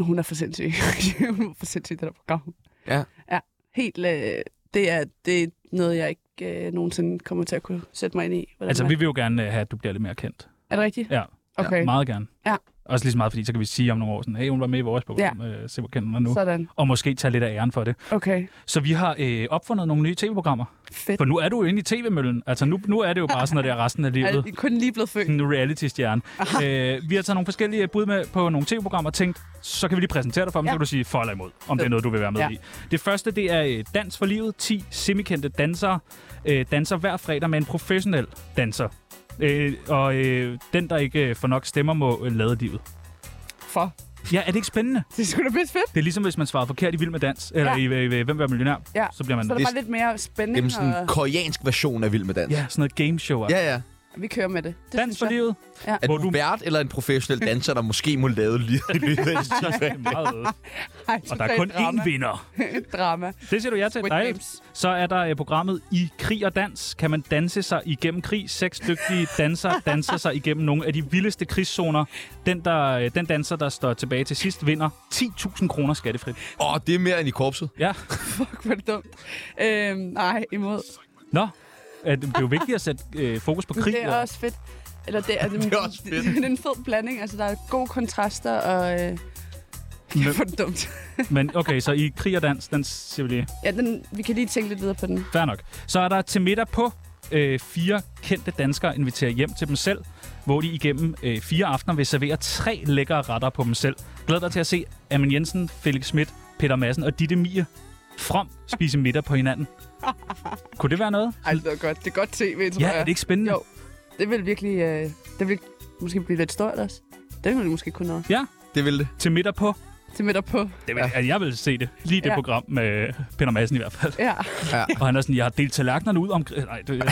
Speaker 3: hun er for sindssyg. hun er for sindssyg, det der program.
Speaker 1: Ja.
Speaker 3: Ja, helt... Øh, det, er, det er noget, jeg ikke øh, nogensinde kommer til at kunne sætte mig ind i. hvordan
Speaker 4: Altså,
Speaker 3: man-
Speaker 4: vi vil jo gerne øh, have, at du bliver lidt mere kendt.
Speaker 3: Er det rigtigt?
Speaker 4: Ja.
Speaker 3: Okay,
Speaker 4: Meget gerne.
Speaker 3: Ja.
Speaker 4: Også lige så meget, fordi så kan vi sige om nogle år sådan, hey, hun var med i vores program, ja. øh, se hvor kendt hun er nu. Så...
Speaker 3: sådan.
Speaker 4: Og måske tage lidt af æren for det.
Speaker 3: Okay,
Speaker 4: Så vi har øh, opfundet nogle nye tv-programmer.
Speaker 3: fedt.
Speaker 4: For nu er du jo inde i tv-møllen. Altså, nu, nu er det jo bare sådan, at det er resten af
Speaker 3: Er
Speaker 4: livet.
Speaker 3: det kun lige blevet født?
Speaker 4: en reality-stjerne. Øh, vi har taget nogle forskellige bud med på nogle tv-programmer og tænkt, så kan vi lige præsentere dig for dem, ja.
Speaker 3: Ja.
Speaker 4: så kan du sige for eller imod, om det er noget, du vil være med ja.
Speaker 3: Ja.
Speaker 4: i. Det første, det er øh, Dans for Livet. 10 semikendte dansere øh, danser hver fredag med en professionel danser. Øh, og øh, den, der ikke øh, får nok stemmer, må øh, lade livet.
Speaker 3: For.
Speaker 4: Ja, er det ikke spændende?
Speaker 3: Det skulle sgu da pisse fedt.
Speaker 4: Det er ligesom, hvis man svarer forkert i Vild Med Dans, eller ja.
Speaker 3: Ja.
Speaker 4: i, øh, i, i Hvem vil være millionær,
Speaker 3: Ja.
Speaker 4: så bliver man...
Speaker 3: Så er
Speaker 1: det-
Speaker 3: der bare lidt mere
Speaker 1: Det er
Speaker 3: spænding.
Speaker 1: sådan en
Speaker 3: Og...
Speaker 1: koreansk version af Vild med Dans.
Speaker 4: Ja, sådan noget gameshow.
Speaker 1: ja. ja.
Speaker 3: Vi kører med det. det
Speaker 4: Dans
Speaker 3: synes
Speaker 4: for
Speaker 3: jeg.
Speaker 4: livet.
Speaker 1: Er
Speaker 4: Hvor
Speaker 1: du,
Speaker 4: du-
Speaker 1: du vært eller en professionel danser, der måske må lave lyd?
Speaker 4: Det er meget-
Speaker 3: Ej,
Speaker 4: Og der er kun
Speaker 3: drama.
Speaker 4: én vinder.
Speaker 3: drama.
Speaker 4: Det siger du ja til.
Speaker 3: Squid
Speaker 4: Dejligt.
Speaker 3: Games.
Speaker 4: Så er der øh, programmet I krig og dans. Kan man danse sig igennem krig? Seks dygtige dansere danser sig igennem nogle af de vildeste krigszoner. Den, der, øh, den danser, der står tilbage til sidst, vinder 10.000 kroner skattefrit.
Speaker 1: Åh, oh, det er mere end i korpset.
Speaker 4: Ja.
Speaker 3: Fuck, hvor er det dumt. Øhm, nej, imod.
Speaker 4: Nå. Øh, Det er jo vigtigt at sætte øh, fokus på krig.
Speaker 3: Det er
Speaker 4: og-
Speaker 3: også fedt. Eller det, er,
Speaker 1: Det er også fedt.
Speaker 3: det er en fed blanding. Altså, der er gode kontraster, og øh,
Speaker 4: Men-
Speaker 3: for dumt.
Speaker 4: Men okay, så I krig og dans, den siger vi lige.
Speaker 3: Ja, den, vi kan lige tænke lidt videre på den.
Speaker 4: Fair nok. Så er der til middag på øh, fire kendte danskere inviterer hjem til dem selv, hvor de igennem øh, fire aftener vil servere tre lækkere retter på dem selv. Glæder dig til at se Amin Jensen, Felix Schmidt, Peter Madsen og Ditte Mie from spise middag på hinanden. Kunne det være noget?
Speaker 3: Ej, det er godt. Det er godt tv, tror
Speaker 4: Ja,
Speaker 3: jeg.
Speaker 4: er det ikke spændende?
Speaker 3: Jo. Det vil virkelig... Øh, det vil måske blive lidt stort også. Det ville måske kunne noget.
Speaker 1: Det vil det.
Speaker 4: Til middag på.
Speaker 3: Til middag på.
Speaker 4: Det vil, ja. Jeg vil se det. Lige det
Speaker 3: Ja.
Speaker 4: ja. program med Peter Madsen i hvert fald.
Speaker 3: Ja.
Speaker 4: Og han er sådan, jeg har delt tallerkenerne ud om... Nej, det er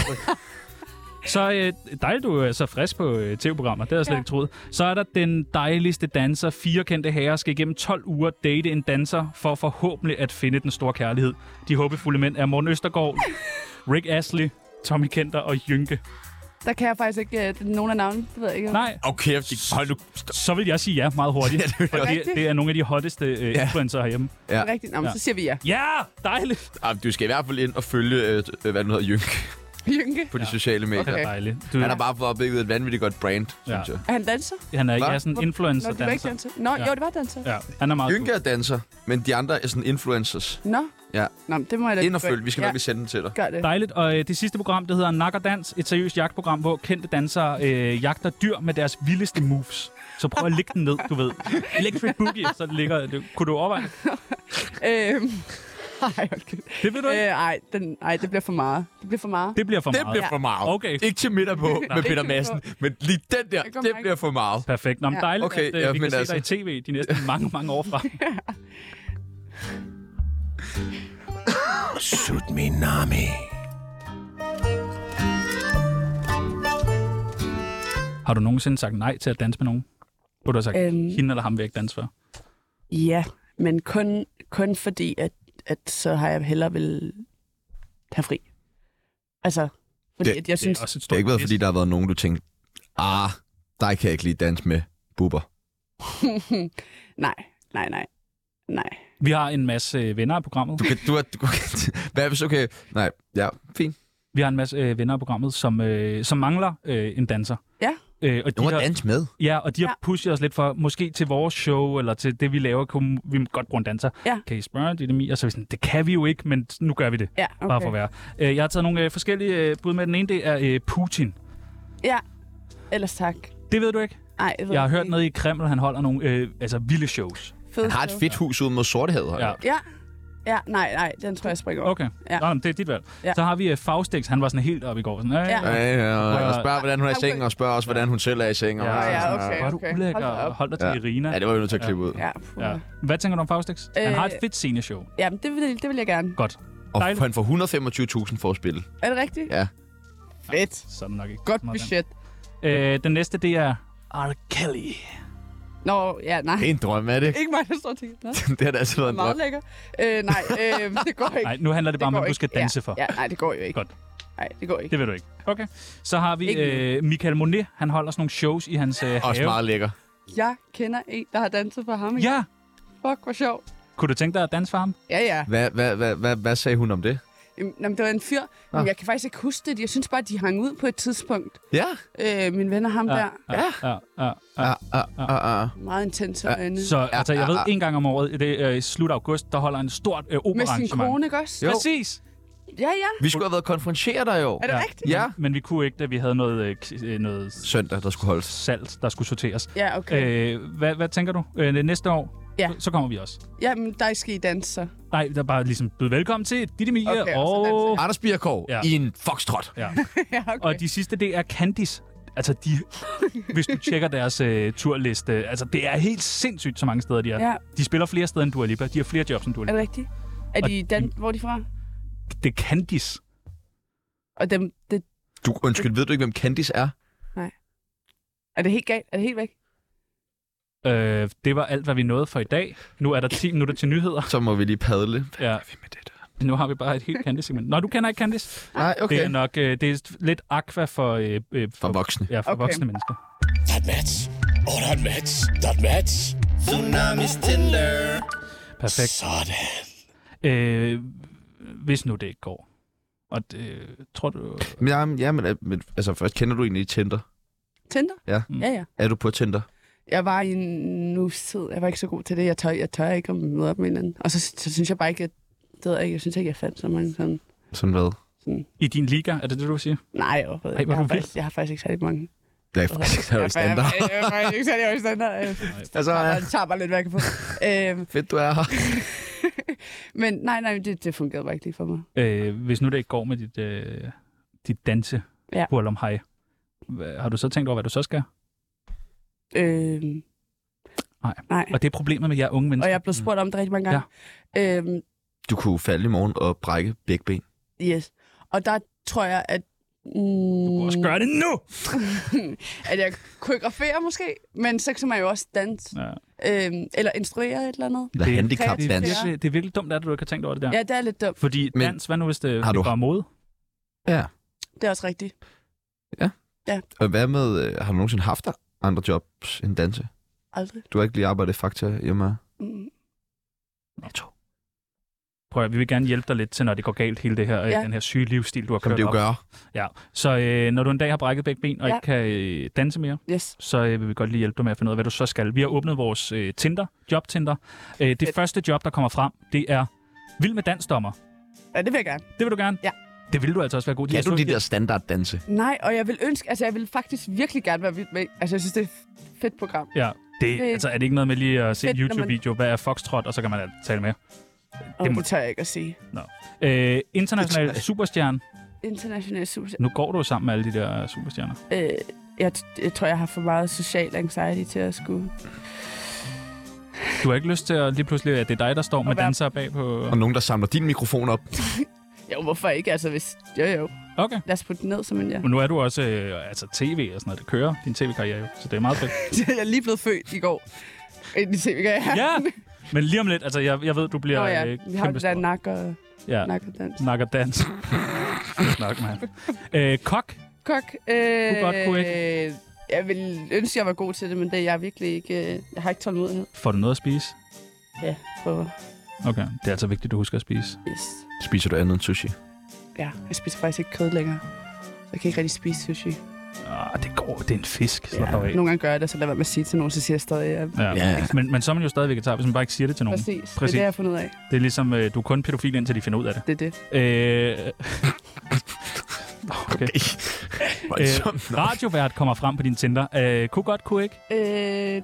Speaker 4: Så øh, dejligt, du er så frisk på øh, tv-programmer. Det havde jeg slet
Speaker 3: Ja.
Speaker 4: ja. ikke troet. Så er der den dejligste danser. Fire kendte herrer skal igennem 12 uger date en danser for forhåbentlig at finde den store kærlighed. De håbefulde mænd er Morten Østergaard, Rick Astley, Tommy Kenter og Jynke.
Speaker 3: Der kan jeg faktisk ikke... Øh, nogen af navnene, det ved jeg ikke.
Speaker 4: Nej,
Speaker 1: Okay, hold nu.
Speaker 4: så vil jeg sige ja meget hurtigt.
Speaker 1: Ja, det vil jeg
Speaker 4: Og det,
Speaker 3: også.
Speaker 4: det er nogle af de hotteste øh,
Speaker 1: Ja.
Speaker 4: influencer herhjemme.
Speaker 3: Det er rigtigt. Nå, men
Speaker 4: Ja.
Speaker 3: så siger vi ja.
Speaker 4: Ja, dejligt!
Speaker 1: Ah, Du skal i hvert fald ind og følge, øh, øh, hvad nu hedder, Jynk
Speaker 3: Jynke.
Speaker 1: på de sociale medier.
Speaker 4: Det
Speaker 3: Okay.
Speaker 4: er dejligt. Du,
Speaker 1: Han har bare fået opbygget et vanvittigt godt brand,
Speaker 4: Ja.
Speaker 1: synes jeg.
Speaker 3: Er han danser?
Speaker 4: han er,
Speaker 1: Hva?
Speaker 4: ja, sådan
Speaker 3: Nå,
Speaker 4: en
Speaker 3: det var ikke
Speaker 4: influencer-danser.
Speaker 3: danser. Nå,
Speaker 4: Ja.
Speaker 3: jo, det var danser.
Speaker 4: Ja, han er meget
Speaker 1: Jynke er danser, men de andre er sådan influencers.
Speaker 3: Nå.
Speaker 1: Ja.
Speaker 3: Nå, men det må jeg da...
Speaker 1: Ind og følg. Vi skal
Speaker 3: ja.
Speaker 1: nok lige sende den til dig.
Speaker 3: Gør det.
Speaker 4: Dejligt. Og øh, det sidste program, det hedder Nak og Dans. Et seriøst jagtprogram, hvor kendte dansere øh, jagter dyr med deres vildeste moves. Så prøv at lægge den ned, du ved. Electric Boogie, så ligger det. Kunne du overveje? det?
Speaker 3: Øhm. Ej, okay.
Speaker 4: Det ved du ikke.
Speaker 3: Øh, ej, den, ej, det bliver for meget. Det bliver for meget.
Speaker 4: Det bliver for
Speaker 1: Det
Speaker 4: meget.
Speaker 1: bliver for meget.
Speaker 4: Okay.
Speaker 1: Ikke til middag på med Peter
Speaker 3: Ikke
Speaker 1: Madsen, men lige den der,
Speaker 3: Jeg går
Speaker 1: det
Speaker 3: mærke.
Speaker 1: bliver for meget.
Speaker 4: Perfekt. Nå, men
Speaker 3: Ja.
Speaker 4: dejligt,
Speaker 1: Okay,
Speaker 4: at øh,
Speaker 1: ja,
Speaker 4: vi
Speaker 1: men
Speaker 4: kan se
Speaker 1: altså-
Speaker 4: dig i tv de næste mange, mange år fra.
Speaker 9: Tsunami.
Speaker 4: Har du nogensinde sagt nej til at danse med nogen? Hvor du har sagt,
Speaker 3: Øhm.
Speaker 4: øhm. hende eller ham vil jeg ikke danse for.
Speaker 3: Ja, men kun, kun fordi, at, at så har jeg hellere vil have fri. Altså, fordi
Speaker 1: Det-
Speaker 3: det, at jeg synes...
Speaker 4: Det er også et
Speaker 1: Det
Speaker 4: stort
Speaker 1: har ikke været,
Speaker 4: pis.
Speaker 1: fordi der har været nogen, du tænkte, ah, dig kan jeg ikke lige danse med buber.
Speaker 3: nej, nej, nej, nej.
Speaker 4: Vi har en masse øh, venner af programmet.
Speaker 1: Du kan, du, er- du, kan, hvad hvis, okay, nej, ja, fint.
Speaker 4: Vi har en masse øh, venner af programmet, som, øh, som mangler øh, en danser.
Speaker 3: Ja.
Speaker 4: Øh, og de
Speaker 1: Nogen
Speaker 4: har-
Speaker 1: har danse med.
Speaker 4: Ja, og de har
Speaker 3: Ja.
Speaker 4: ja. pushet os lidt for, måske til vores show, eller til det, vi laver, kunne vi godt bruge en danser.
Speaker 3: Ja.
Speaker 4: Kan I spørge dit Emil? Og så er vi sådan, det kan vi jo ikke, men nu gør vi det.
Speaker 3: Ja, okay.
Speaker 4: Okay. Bare for at være. Øh, Jeg har taget nogle øh, forskellige øh, bud med. Den ene, det er øh, Putin.
Speaker 3: Ja, ellers tak.
Speaker 4: Det ved du ikke?
Speaker 3: Nej, ved
Speaker 4: Jeg har
Speaker 3: ikke.
Speaker 4: hørt noget i Kreml, han holder nogle øh, altså, vilde shows.
Speaker 3: Fed
Speaker 1: Han har et
Speaker 3: show.
Speaker 1: fedt hus ude mod Sortehavet. har jeg
Speaker 4: Ja.
Speaker 1: hørt.
Speaker 3: Ja, ja, nej, nej, den tror jeg springer over.
Speaker 4: Okay,
Speaker 3: Ja.
Speaker 4: ja. Nå, men det er dit valg.
Speaker 3: Ja.
Speaker 4: Ja. Så har vi øh, Faustix, han var sådan helt oppe i går. Sådan, øh,
Speaker 3: Ja.
Speaker 4: ja.
Speaker 1: Ja, ja, ja. Og spørger, hvordan hun er i sengen, og spørger også, hvordan hun selv er i sengen. Og,
Speaker 4: Ja,
Speaker 3: ja,
Speaker 1: sådan,
Speaker 3: okay.
Speaker 1: og-
Speaker 4: Var du ulækker?
Speaker 3: Hold da op.
Speaker 4: Hold, hold dig til
Speaker 1: Ja.
Speaker 4: Irina.
Speaker 1: Ja, det var vi nødt til at klippe ud.
Speaker 3: Ja, puh.
Speaker 4: Ja.
Speaker 3: ja.
Speaker 4: Hvad tænker du om Faustix? Han
Speaker 3: Øh,
Speaker 4: har et fedt sceneshow.
Speaker 3: Jamen, det vil, det vil jeg gerne.
Speaker 4: Godt.
Speaker 1: Og
Speaker 4: Dejligt.
Speaker 1: han får 125.000 for at spille.
Speaker 3: Er det rigtigt?
Speaker 1: Ja.
Speaker 3: Fedt.
Speaker 4: Så er det nok ikke.
Speaker 3: Godt
Speaker 4: så meget
Speaker 3: budget.
Speaker 4: den. Øh, den næste, det er R. Kelly.
Speaker 3: Nå, ja, nej.
Speaker 1: Det er en drøm, er det ikke?
Speaker 3: Ikke mig, der står til. Nå,
Speaker 1: det har da altid været en
Speaker 3: meget
Speaker 1: drøm.
Speaker 3: lækker. Øh, nej, øh, det går ikke.
Speaker 4: Nej, nu handler det bare om,
Speaker 3: går
Speaker 4: hvad du
Speaker 3: ikke.
Speaker 4: skal danse
Speaker 3: ja.
Speaker 4: for.
Speaker 3: Ja, nej, det går jo ikke.
Speaker 4: Godt.
Speaker 3: Nej, det går ikke.
Speaker 4: Det ved du ikke. Okay. Så har vi
Speaker 3: Ikke
Speaker 4: øh, Michael Monet. Han holder sådan nogle shows i hans øh,
Speaker 1: Også
Speaker 4: have.
Speaker 1: meget lækker.
Speaker 3: Jeg kender en, der har danset for ham.
Speaker 4: Ja.
Speaker 3: Fuck, hvor sjov.
Speaker 4: Kunne du tænke dig at danse for ham?
Speaker 3: Ja, ja.
Speaker 1: Hvad, hvad, hvad, hvad, hvad sagde hun om det?
Speaker 3: Jamen, nå, men det var en fyr.
Speaker 1: Ah.
Speaker 3: Ah. Jeg kan faktisk ikke huske det. Jeg synes bare, at de hang ud på et tidspunkt.
Speaker 1: Ja.
Speaker 3: Øh, min ven og ham
Speaker 4: Ah.
Speaker 3: der.
Speaker 4: Ja. ja, ja, ja.
Speaker 1: Ah, ah, ah, ah.
Speaker 3: Meget intense øjne.
Speaker 4: Så altså, jeg ved, en gang om året, det er øh, slut august, der holder en stort øh,
Speaker 3: Med sin
Speaker 4: operaarrangement.
Speaker 3: kone, ikke også?
Speaker 1: Jo.
Speaker 4: Præcis.
Speaker 3: Ja, ja.
Speaker 1: Vi skulle have været konfronteret dig jo.
Speaker 3: Er det
Speaker 4: Ja.
Speaker 3: rigtigt?
Speaker 1: Ja.
Speaker 4: Men vi kunne ikke, da vi havde noget, øh, k- øh, noget
Speaker 1: Søndag, der skulle holdes.
Speaker 4: salt, der skulle sorteres.
Speaker 3: Ja, okay. Øh.
Speaker 4: Øh, hvad, hvad tænker du? Øh, næste år?
Speaker 3: Ja.
Speaker 4: Så kommer vi også.
Speaker 3: Jamen, der skal I danse, så.
Speaker 4: Nej, der er bare ligesom byde velkommen til Ditte Mia
Speaker 3: Okay, og så danser
Speaker 4: og...
Speaker 3: jeg.
Speaker 1: Anders Bierkov
Speaker 4: Ja.
Speaker 1: i en foxtrot.
Speaker 4: Ja.
Speaker 3: ja, okay.
Speaker 4: Og de sidste, det er Candice. Altså, de, hvis du tjekker deres øh, turliste, altså, det er helt sindssygt, så mange steder de er.
Speaker 3: Ja.
Speaker 4: De spiller flere steder end Dua Lipa. De har flere jobs end Dua
Speaker 3: Er
Speaker 4: Lipa.
Speaker 3: det rigtigt? Er
Speaker 4: Og
Speaker 3: de dan... Hvor er de fra?
Speaker 4: Det er Candice.
Speaker 3: Og dem, det,
Speaker 1: Du, undskyld, ved du ikke, hvem Candice er?
Speaker 3: Er det helt galt? Er det helt væk?
Speaker 4: Øh, det var alt, hvad vi nåede for i dag. Nu er der 10 minutter til nyheder.
Speaker 1: Så må vi lige padle.
Speaker 4: Ja,
Speaker 1: vi med det der?
Speaker 4: nu har vi bare et helt Candice-segment. Nå, du kender ikke Candice.
Speaker 1: Nej,
Speaker 4: Det
Speaker 1: okay.
Speaker 4: er nok øh, det er lidt aqua for, øh, øh,
Speaker 1: For voksne.
Speaker 4: ja, for okay.
Speaker 3: Okay.
Speaker 4: voksne mennesker.
Speaker 6: Der er et match. Åh, oh, der er et match. Der er et match. Tsunamis Tinder.
Speaker 4: Perfekt.
Speaker 6: Sådan.
Speaker 4: Øh, hvis nu det ikke går. Og det, tror du...
Speaker 1: Men, ja, men- ja, men, øh, men altså, først kender du egentlig Tinder?
Speaker 3: Tinder?
Speaker 1: Ja.
Speaker 3: Ja, ja.
Speaker 1: Er du på Tinder?
Speaker 3: Jeg var i en tid. Jeg var ikke så god til det. Jeg tør, jeg tør ikke at møde op med hinanden. Og så, så synes jeg bare ikke, at det ved jeg, ikke. jeg synes ikke, jeg fandt så mange sådan.
Speaker 1: Sådan hvad?
Speaker 4: I din liga, er det det, du vil sige?
Speaker 3: Nej, overhovedet
Speaker 4: Ej,
Speaker 3: ikke.
Speaker 4: hvor
Speaker 3: Jeg, har
Speaker 4: vildt.
Speaker 3: faktisk, jeg har faktisk ikke særlig mange.
Speaker 1: Det er faktisk der er jo
Speaker 3: Jeg,
Speaker 1: standard.
Speaker 3: jeg, jeg, er faktisk ikke særlig høj standard. Jeg,
Speaker 1: Altså,
Speaker 3: jeg,
Speaker 1: ja,
Speaker 3: jeg tager bare lidt væk på. øhm,
Speaker 1: fedt, du er her.
Speaker 3: men nej, nej, det, det fungerede bare ikke lige for mig.
Speaker 4: Øh, hvis nu det ikke går med dit, øh, dit danse,
Speaker 3: Ja.
Speaker 4: ja. om hej, hva- har du så tænkt over, hvad du så skal?
Speaker 3: Øhm,
Speaker 4: Nej.
Speaker 3: nej.
Speaker 4: Og det er problemet med jer unge mennesker.
Speaker 3: Og jeg er blevet spurgt om det rigtig mange gange. Ja. Øhm,
Speaker 1: Du kunne falde i morgen og brække begge ben.
Speaker 3: yes. Og der tror jeg, at... Mm, du
Speaker 4: Mm. Også gør det nu!
Speaker 3: at jeg koreograferer måske, men så kan man jo også danse.
Speaker 4: Ja.
Speaker 3: Øhm, eller instruere et eller andet.
Speaker 1: Eller
Speaker 4: Det er
Speaker 1: handicap
Speaker 4: Det er,
Speaker 1: dans.
Speaker 4: virkelig, det er virkelig dumt, at du ikke har tænkt over det der.
Speaker 3: Ja, det er lidt dumt.
Speaker 4: Fordi
Speaker 1: Men-
Speaker 4: Men, dans, hvad nu hvis det,
Speaker 1: Har
Speaker 4: har
Speaker 1: du-
Speaker 4: det går af mode?
Speaker 3: Det er også rigtigt.
Speaker 1: Og hvad med, øh, har du nogensinde haft andre jobs end danse?
Speaker 3: Aldrig.
Speaker 1: Du har ikke lige arbejdet i Fakta hjemme?
Speaker 3: Mm.
Speaker 1: Jeg tror.
Speaker 4: Prøv at, vi vil gerne hjælpe dig lidt til, når det går galt, hele det her, ja.
Speaker 3: Ja.
Speaker 4: den her syge livsstil, du har
Speaker 1: Som
Speaker 4: kørt
Speaker 1: det jo
Speaker 4: op.
Speaker 1: gør.
Speaker 4: Så øh, når du en dag har brækket begge ben og ja.
Speaker 3: Ja.
Speaker 4: ikke kan øh, danse mere,
Speaker 3: Yes.
Speaker 4: så øh, vil vi godt lige hjælpe dig med at finde ud af, hvad du så skal. Vi har åbnet vores øh, Tinder, job-Tinder. Øh, det
Speaker 3: Fedt.
Speaker 4: første job, der kommer frem, det er vild med dansdommer.
Speaker 3: Ja, det vil jeg gerne.
Speaker 4: Det vil du gerne?
Speaker 3: Ja.
Speaker 4: Det vil du altså også være god til.
Speaker 1: Kan
Speaker 4: Jeg
Speaker 1: du
Speaker 4: synes,
Speaker 1: de der standarddanse?
Speaker 3: Nej, og jeg vil ønske... Altså, jeg vil faktisk virkelig gerne være vild med... Altså, jeg synes, det er et fedt program.
Speaker 4: Ja, det,
Speaker 3: Det-
Speaker 4: altså, er det ikke noget med lige at se en
Speaker 3: Fedt, når man-
Speaker 4: YouTube-video? Hvad er Foxtrot? Og så kan man tale med.
Speaker 3: Og
Speaker 4: Det
Speaker 3: det,
Speaker 4: må-
Speaker 3: det tør jeg ikke at sige.
Speaker 4: Øh, international
Speaker 1: Det tror jeg-
Speaker 4: superstjerne.
Speaker 3: International super...
Speaker 4: Nu går du jo sammen med alle de der superstjerner.
Speaker 3: Øh, jeg, t- jeg tror, jeg har for meget social anxiety til at skulle...
Speaker 4: Du har ikke lyst til at lige pludselig, at det er dig, der står med
Speaker 3: være-
Speaker 4: dansere bag på...
Speaker 1: Og nogen, der samler din mikrofon op.
Speaker 3: Jo, hvorfor ikke? Altså, hvis... Jo, jo.
Speaker 4: Okay.
Speaker 3: Lad os putte den ned, som en jeg...
Speaker 4: Men nu er du også øh, altså tv og sådan noget. Det kører din tv-karriere jo, så det er meget fedt.
Speaker 3: jeg er lige blevet født i går. Ind i tv, ja.
Speaker 4: ja! Men lige om lidt, altså jeg, jeg ved, du bliver
Speaker 3: Nå ja,
Speaker 4: øh,
Speaker 3: vi har jo det der
Speaker 4: kæmpestor.
Speaker 3: nak og,
Speaker 4: ja.
Speaker 3: nak og dans.
Speaker 4: Nakker dans. Snak, mand. Øh, kok.
Speaker 3: Kok, øh,
Speaker 4: Du godt kunne,
Speaker 3: Jeg vil ønske, at jeg var god til det, men det er jeg virkelig ikke... øh, Jeg har ikke tålmodighed
Speaker 4: Får du noget at spise?
Speaker 3: for...
Speaker 4: Okay. Det er altså vigtigt, du husker at spise.
Speaker 3: Yes.
Speaker 1: Spiser du andet end sushi?
Speaker 3: Ja, jeg spiser faktisk ikke kød længere. Så jeg kan ikke rigtig spise sushi.
Speaker 4: Ah, det går. Det er en fisk. Slap ja. af.
Speaker 3: Nogle gange gør jeg det, så lad være med at sige til nogen, så siger jeg stadig, ja.
Speaker 4: Ja.
Speaker 1: Ja.
Speaker 4: Men, men så er man jo stadig vegetar, hvis man bare ikke siger det til nogen.
Speaker 3: Præcis. Det er
Speaker 4: Præcis.
Speaker 3: det, jeg har fundet ud af.
Speaker 4: Det er ligesom, øh, du er kun pædofil, indtil de finder ud af det.
Speaker 3: Det er det.
Speaker 4: Øh, okay. Øh,
Speaker 1: Voldsomt nok.
Speaker 4: radiovært kommer frem på din Tinder. Øh, kunne godt, kunne ikke?
Speaker 3: Øh,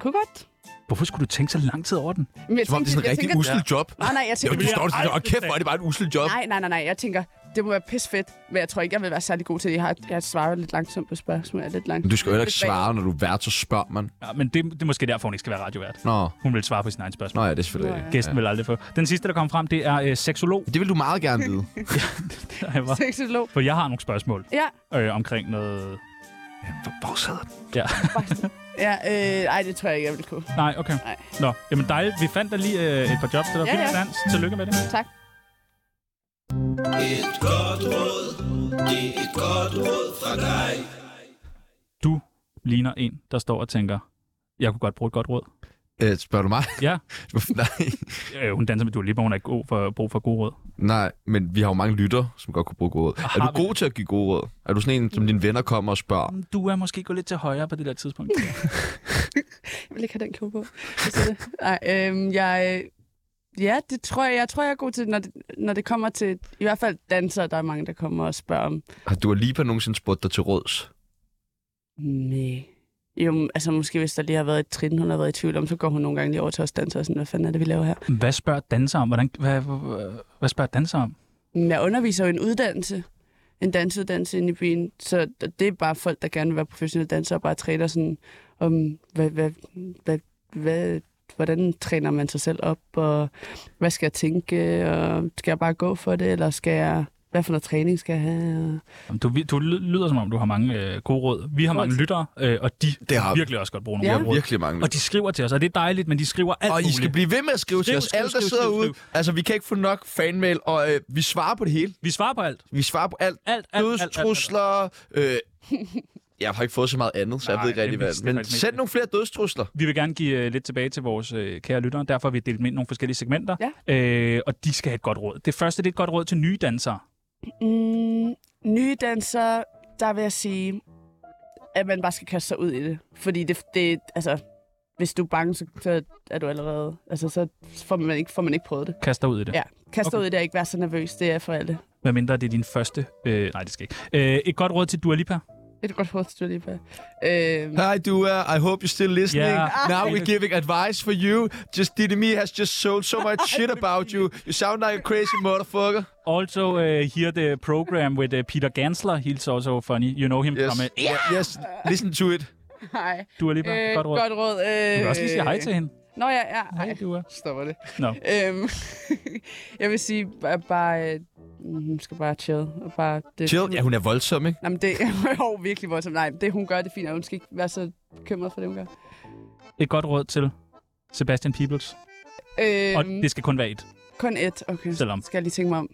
Speaker 3: kunne godt.
Speaker 4: Hvorfor skulle du tænke så lang tid over den?
Speaker 3: Men jeg
Speaker 1: Som om det er sådan en
Speaker 3: jeg
Speaker 1: rigtig
Speaker 3: tænker,
Speaker 1: usel job.
Speaker 3: nej, nej, jeg
Speaker 1: Jo,
Speaker 3: tænker,
Speaker 1: du står og tænker, åh kæft, hvor er det bare et usel job.
Speaker 3: nej, nej, nej, nej, jeg tænker, det må være pissfedt, men jeg tror ikke, jeg vil være særlig god til det. Jeg, har, jeg svarer lidt langsomt på spørgsmål. Jeg er lidt langsomt.
Speaker 1: Men Du skal jo heller ikke svare, når du er vært, så spørger man.
Speaker 4: Ja, men det, det er måske derfor, hun ikke skal være radiovært.
Speaker 1: Nå,
Speaker 4: Hun vil svare på sin egen spørgsmål.
Speaker 1: Nå ja, det er selvfølgelig
Speaker 3: Nå,
Speaker 1: ikke.
Speaker 4: Gæsten ja. vil aldrig få. Den sidste, der kom frem, det er øh, seksolog.
Speaker 1: Det vil du meget gerne vide.
Speaker 4: Ej, hvor-
Speaker 3: Seksolog.
Speaker 4: For jeg har nogle spørgsmål
Speaker 3: Ja,
Speaker 4: øh, omkring noget...
Speaker 1: Hvor sidder den?
Speaker 3: ja øh, ej, det tror jeg ikke, jeg vil kunne.
Speaker 4: Nej, okay.
Speaker 3: Nej.
Speaker 4: Nå, jamen dejligt. Vi fandt da lige øh, et par jobs, der var
Speaker 3: Ja,
Speaker 4: ja, ja.
Speaker 3: ja.
Speaker 4: dans. Tillykke med det.
Speaker 3: Tak.
Speaker 6: Et godt råd. Det er et godt råd fra dig.
Speaker 4: Du ligner en, der står og tænker, jeg kunne godt bruge et godt råd.
Speaker 1: Øh, spørger du mig?
Speaker 4: Ja.
Speaker 1: nej,
Speaker 4: Øh, hun danser med Dua Lipa, hun er ikke god for, brug for gode råd.
Speaker 1: nej, men vi har jo mange lytter, som godt kunne bruge gode råd. Er
Speaker 4: Ah, Har
Speaker 1: du god til at give gode råd? Er du sådan en, som dine venner kommer og spørger?
Speaker 4: Du er måske gået lidt til højre på det der tidspunkt.
Speaker 3: Jeg vil ikke have den kjole på. Jeg siger det. Nej, øhm, jeg... øh, Ja, det tror jeg. Jeg tror, jeg er god til, når det, når det kommer til... I hvert fald dansere, der er mange, der kommer og spørger om...
Speaker 1: Har du lige på nogensinde spurgt dig til råds?
Speaker 3: Nej. Jo, altså måske hvis der lige har været et trin, hun har været i tvivl om, så går hun nogle gange lige over til os dansere og sådan, hvad fanden er det, vi laver her?
Speaker 4: hvad spørger danser om? Hvordan, hvad, hvad, hvad spørger danser om?
Speaker 3: Men Jeg underviser jo en uddannelse, en dansuddannelse inde i byen, så det er bare folk, der gerne vil være professionelle dansere og bare træner sådan om, hvad, hvad, hvad, hvad, hvordan træner man sig selv op, og hvad skal jeg tænke, og skal jeg bare gå for det, eller skal jeg hvad for noget træning skal jeg have. Og...
Speaker 4: Jamen, Du, du lyder som om, du har mange øh, gode råd. Vi har mange lyttere, øh, og de
Speaker 1: Det har vi.
Speaker 4: virkelig også godt bruge nogle
Speaker 3: Ja.
Speaker 4: ja. gode råd.
Speaker 1: Virkelig mange.
Speaker 4: Og de skriver til os, og det er dejligt, men de skriver alt
Speaker 1: Og I
Speaker 4: muligt.
Speaker 1: skal blive ved med at skrive til
Speaker 4: Skriv,
Speaker 1: os.
Speaker 4: skriv,
Speaker 1: Alle, der
Speaker 4: skriv,
Speaker 1: sidder
Speaker 4: skriv,
Speaker 1: ude. Altså, vi kan ikke få nok fanmail, og øh, vi svarer på det hele.
Speaker 4: Vi svarer på alt.
Speaker 1: Vi svarer på alt.
Speaker 4: Alt, alt, alt, alt, alt, alt.
Speaker 1: Dødstrusler. Øh, jeg har ikke fået så meget andet, så jeg
Speaker 4: Nej,
Speaker 1: ved ikke
Speaker 4: det er
Speaker 1: rigtig,
Speaker 4: mest- det
Speaker 1: hvad.
Speaker 4: er
Speaker 1: Men
Speaker 4: faktisk mest
Speaker 1: send
Speaker 4: det.
Speaker 1: nogle flere dødstrusler.
Speaker 4: Vi vil gerne give øh, lidt tilbage til vores øh, kære lyttere. Derfor har vi delt dem ind i nogle forskellige segmenter.
Speaker 3: Ja.
Speaker 4: Øh, og de skal have et godt råd. Det første det er et godt råd til nye dansere.
Speaker 3: Mm, nye dansere, der vil jeg sige, at man bare skal kaste sig ud i det. Fordi det, det altså, hvis du er bange, så, så er du allerede... Altså, så får man ikke, får man ikke prøvet det.
Speaker 4: Kast dig ud i det.
Speaker 3: Ja, kast dig
Speaker 4: Okay.
Speaker 3: ud i det og ikke være så nervøs. Det er for alle.
Speaker 4: Hvad mindre det er din første... Øh, nej, det skal ikke. Øh, et godt råd til Dua Lipa.
Speaker 3: Det er et godt hovedstyr lige på. Øh,
Speaker 1: Hi, Dua. I hope you're still listening.
Speaker 4: Yeah.
Speaker 1: Now we're giving advice for you. Just Diddy Me has just sold so much shit about you. You sound like a crazy motherfucker.
Speaker 4: Also, uh, here the program with uh, Peter Gansler. He's also funny. You know him
Speaker 1: Yes.
Speaker 4: from... Uh,
Speaker 1: Yeah. Yes, listen to it.
Speaker 3: hej.
Speaker 4: Dua Lipa,
Speaker 3: Øh,
Speaker 4: øh, godt råd.
Speaker 3: Godt råd. Øh,
Speaker 4: Du kan også lige sige hej til hende.
Speaker 3: Nå ja, ja. Hej.
Speaker 4: Hej, Dua.
Speaker 3: Stopper det.
Speaker 4: Nå.
Speaker 3: Øhm, jeg vil sige, bare, bare øh, hun skal bare chill. Og bare det,
Speaker 1: Chill. Ja, hun er voldsom, ikke?
Speaker 3: Nej, men det er jo virkelig voldsomt. Nej, det hun gør, det er fint, og hun skal ikke være så bekymret for det, hun gør.
Speaker 4: Et godt råd til Sebastian Peebles.
Speaker 3: Øhm,
Speaker 4: Og det skal kun være et.
Speaker 3: Kun et, okay.
Speaker 4: Selvom.
Speaker 3: Skal jeg lige tænke mig om.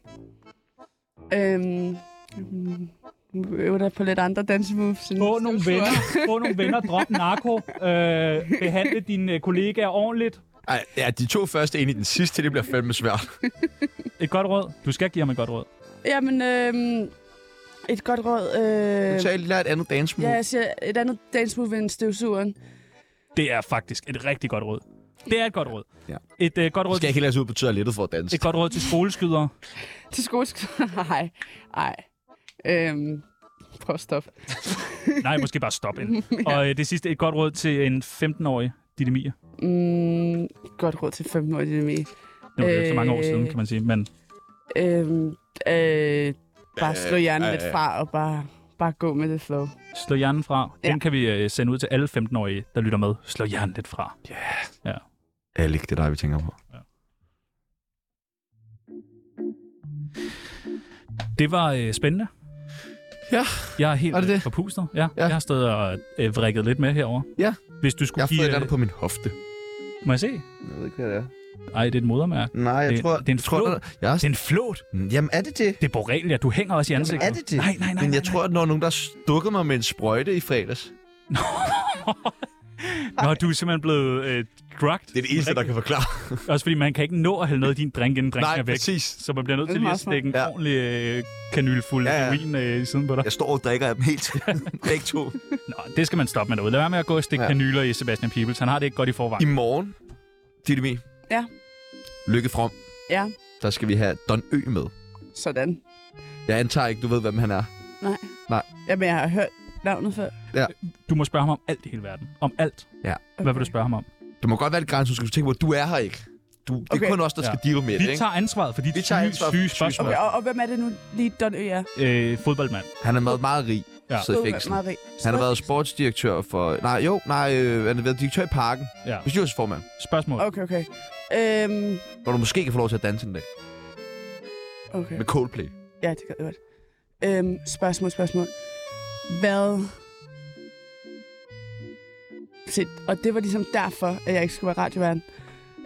Speaker 3: Øhm, mm, nu øver dig på lidt andre dansemoves. end
Speaker 4: Få nogle
Speaker 3: støvsuger.
Speaker 4: venner. Få nogle venner. Drop narko. Øh, behandle dine øh, kollegaer ordentligt.
Speaker 1: Ej, ja, de to første ind i den sidste, det bliver fandme svært.
Speaker 4: Et godt råd. Du skal give ham et godt råd.
Speaker 3: Jamen, øhm, et godt råd. Øh,
Speaker 1: Så jeg lige lærer et andet dance move.
Speaker 3: ja, jeg siger et andet dansemove end støvsugeren.
Speaker 4: Det er faktisk et rigtig godt råd. Det er et godt råd.
Speaker 1: Ja.
Speaker 4: Et øh, godt råd.
Speaker 1: Skal jeg ikke lade os ud på toilettet for at danse?
Speaker 4: Et godt råd til skoleskydere.
Speaker 3: Til skoleskyderen. Nej, nej. Øhm, prøv at stoppe.
Speaker 4: Nej, måske bare stop ind. Og øh, det sidste, et godt råd til en 15-årig Didemia.
Speaker 3: Mm, godt råd til 15 år, Jimmy.
Speaker 4: Det var jo ikke så mange år
Speaker 3: Øh.
Speaker 4: siden, kan man sige. Men
Speaker 3: Øhm, øh, bare slå hjernen
Speaker 1: Øh,
Speaker 3: lidt
Speaker 1: øh.
Speaker 3: fra, og bare, bare gå med det flow.
Speaker 4: Slå hjernen fra. Den
Speaker 3: Ja.
Speaker 4: kan vi øh, sende ud til alle 15-årige, der lytter med. Slå hjernen lidt fra.
Speaker 1: Alik, det er dig, vi tænker på.
Speaker 4: Det var øh, spændende.
Speaker 1: Ja.
Speaker 4: Jeg er helt
Speaker 1: Var det
Speaker 4: øh,
Speaker 1: det?
Speaker 4: forpustet. Ja.
Speaker 1: Ja.
Speaker 4: Jeg har stået og øh, vrikket lidt med herover.
Speaker 1: Ja.
Speaker 4: Hvis du skulle
Speaker 1: Jeg har fået
Speaker 4: give... øh,
Speaker 1: et eller andet på min hofte.
Speaker 4: Må jeg se?
Speaker 1: Jeg ved ikke, hvad det er.
Speaker 4: Ej, det er et modermærke.
Speaker 1: Nej, jeg
Speaker 4: Det-
Speaker 1: tror...
Speaker 4: det er en
Speaker 1: jeg tror,
Speaker 4: flod.
Speaker 1: der- Jeg er
Speaker 4: Det er en flot.
Speaker 1: også- Jamen, er det det?
Speaker 4: Det er borrelia. Du hænger også i ansigtet.
Speaker 1: Er det det?
Speaker 4: Nej, nej, nej.
Speaker 1: Men jeg
Speaker 4: nej,
Speaker 1: tror, at når nogen, der stukket mig med en sprøjte i fredags.
Speaker 4: nej. Nå, du er simpelthen blevet øh, drugged.
Speaker 1: Det er det eneste, der kan forklare.
Speaker 4: Også fordi man kan ikke nå at hælde noget i din drink, inden drinken
Speaker 1: Nej,
Speaker 4: er væk.
Speaker 1: præcis.
Speaker 4: Så man bliver nødt
Speaker 3: Det er
Speaker 4: til lige at
Speaker 3: meget smart.
Speaker 4: stikke en
Speaker 1: Ja.
Speaker 4: ja. ordentlig øh, kanyl fuld
Speaker 1: Ja,
Speaker 4: ja,
Speaker 1: ja.
Speaker 4: ja. heroin øh, i siden på dig.
Speaker 1: Jeg står og drikker af dem helt til. Begge to.
Speaker 4: Nå, det skal man stoppe med derude. Lad være med at gå og stikke
Speaker 1: Ja.
Speaker 4: ja. kanyler i Sebastian Peebles. Han har det ikke godt i forvejen.
Speaker 1: I morgen, Didemi.
Speaker 3: Ja.
Speaker 1: Lykke frem.
Speaker 3: Ja,
Speaker 1: Der skal vi have Don Ø med.
Speaker 3: sådan.
Speaker 1: Jeg antager ikke, du ved, hvem han er.
Speaker 3: Nej.
Speaker 1: Nej.
Speaker 3: Jamen, jeg har hørt navnet før.
Speaker 4: Du må spørge ham om alt i hele verden. Om alt.
Speaker 3: Okay.
Speaker 4: Hvad vil du spørge ham om?
Speaker 1: Det må godt være lidt grænse, du skal tænke på, du er her ikke. Du, det er
Speaker 3: Okay.
Speaker 1: kun os, der
Speaker 4: Ja.
Speaker 1: skal deal med det,
Speaker 4: Vi
Speaker 1: ikke?
Speaker 4: tager ansvaret for dit
Speaker 1: Vi tager
Speaker 4: syge,
Speaker 1: ansvar for
Speaker 4: syge
Speaker 1: dit syge
Speaker 4: spørgsmål.
Speaker 3: Okay, og, og hvem er det nu lige Don Ø er?
Speaker 4: Øh, fodboldmand.
Speaker 1: Han er meget, meget rig.
Speaker 4: Ja.
Speaker 1: Sidder i
Speaker 3: Ved,
Speaker 1: fængsel.
Speaker 3: meget rig.
Speaker 1: Han har været sportsdirektør for... Nej, jo, nej, øh, han har været direktør i parken.
Speaker 4: Ja.
Speaker 1: Bestyrelsesformand.
Speaker 4: Spørgsmål.
Speaker 3: Okay, okay. Øhm,
Speaker 1: Hvor du måske kan få lov til at danse en dag.
Speaker 3: okay.
Speaker 1: Med Coldplay.
Speaker 3: Ja, det gør jeg godt. Øhm, spørgsmål, spørgsmål. Hvad... Se, og det var ligesom derfor, at jeg ikke skulle være radioverden.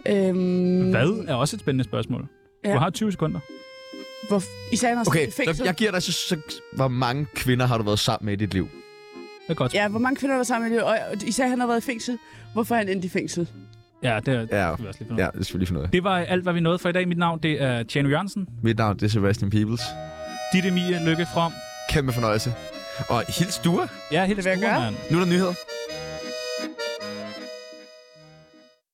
Speaker 3: Øhm,
Speaker 4: Hvad er også et spændende spørgsmål.
Speaker 3: Ja.
Speaker 4: Du har 20 sekunder.
Speaker 3: Hvor, I sagde, han
Speaker 1: Okay,
Speaker 3: okay,
Speaker 1: så jeg giver dig så, så... Hvor mange kvinder har du været sammen med i dit liv?
Speaker 4: Det er godt.
Speaker 3: Ja, hvor mange kvinder var sammen med det? Og og I sagde, han har været i fængsel. Hvorfor er han endt i fængsel?
Speaker 4: Ja, det, er, det
Speaker 1: Ja.
Speaker 4: skal vi også lige finde ud
Speaker 1: Ja,
Speaker 4: af.
Speaker 1: det skal vi lige finde ud af.
Speaker 4: Det var alt, hvad vi nåede for i dag. Mit navn det er Tjano Jørgensen.
Speaker 1: Mit navn det er Sebastian Peebles.
Speaker 4: Ditte Mia Lykke From.
Speaker 1: Kæmpe fornøjelse. Og hils Dua.
Speaker 4: Ja, helt
Speaker 3: Det vil jeg gøre.
Speaker 1: Nu er der nyheder.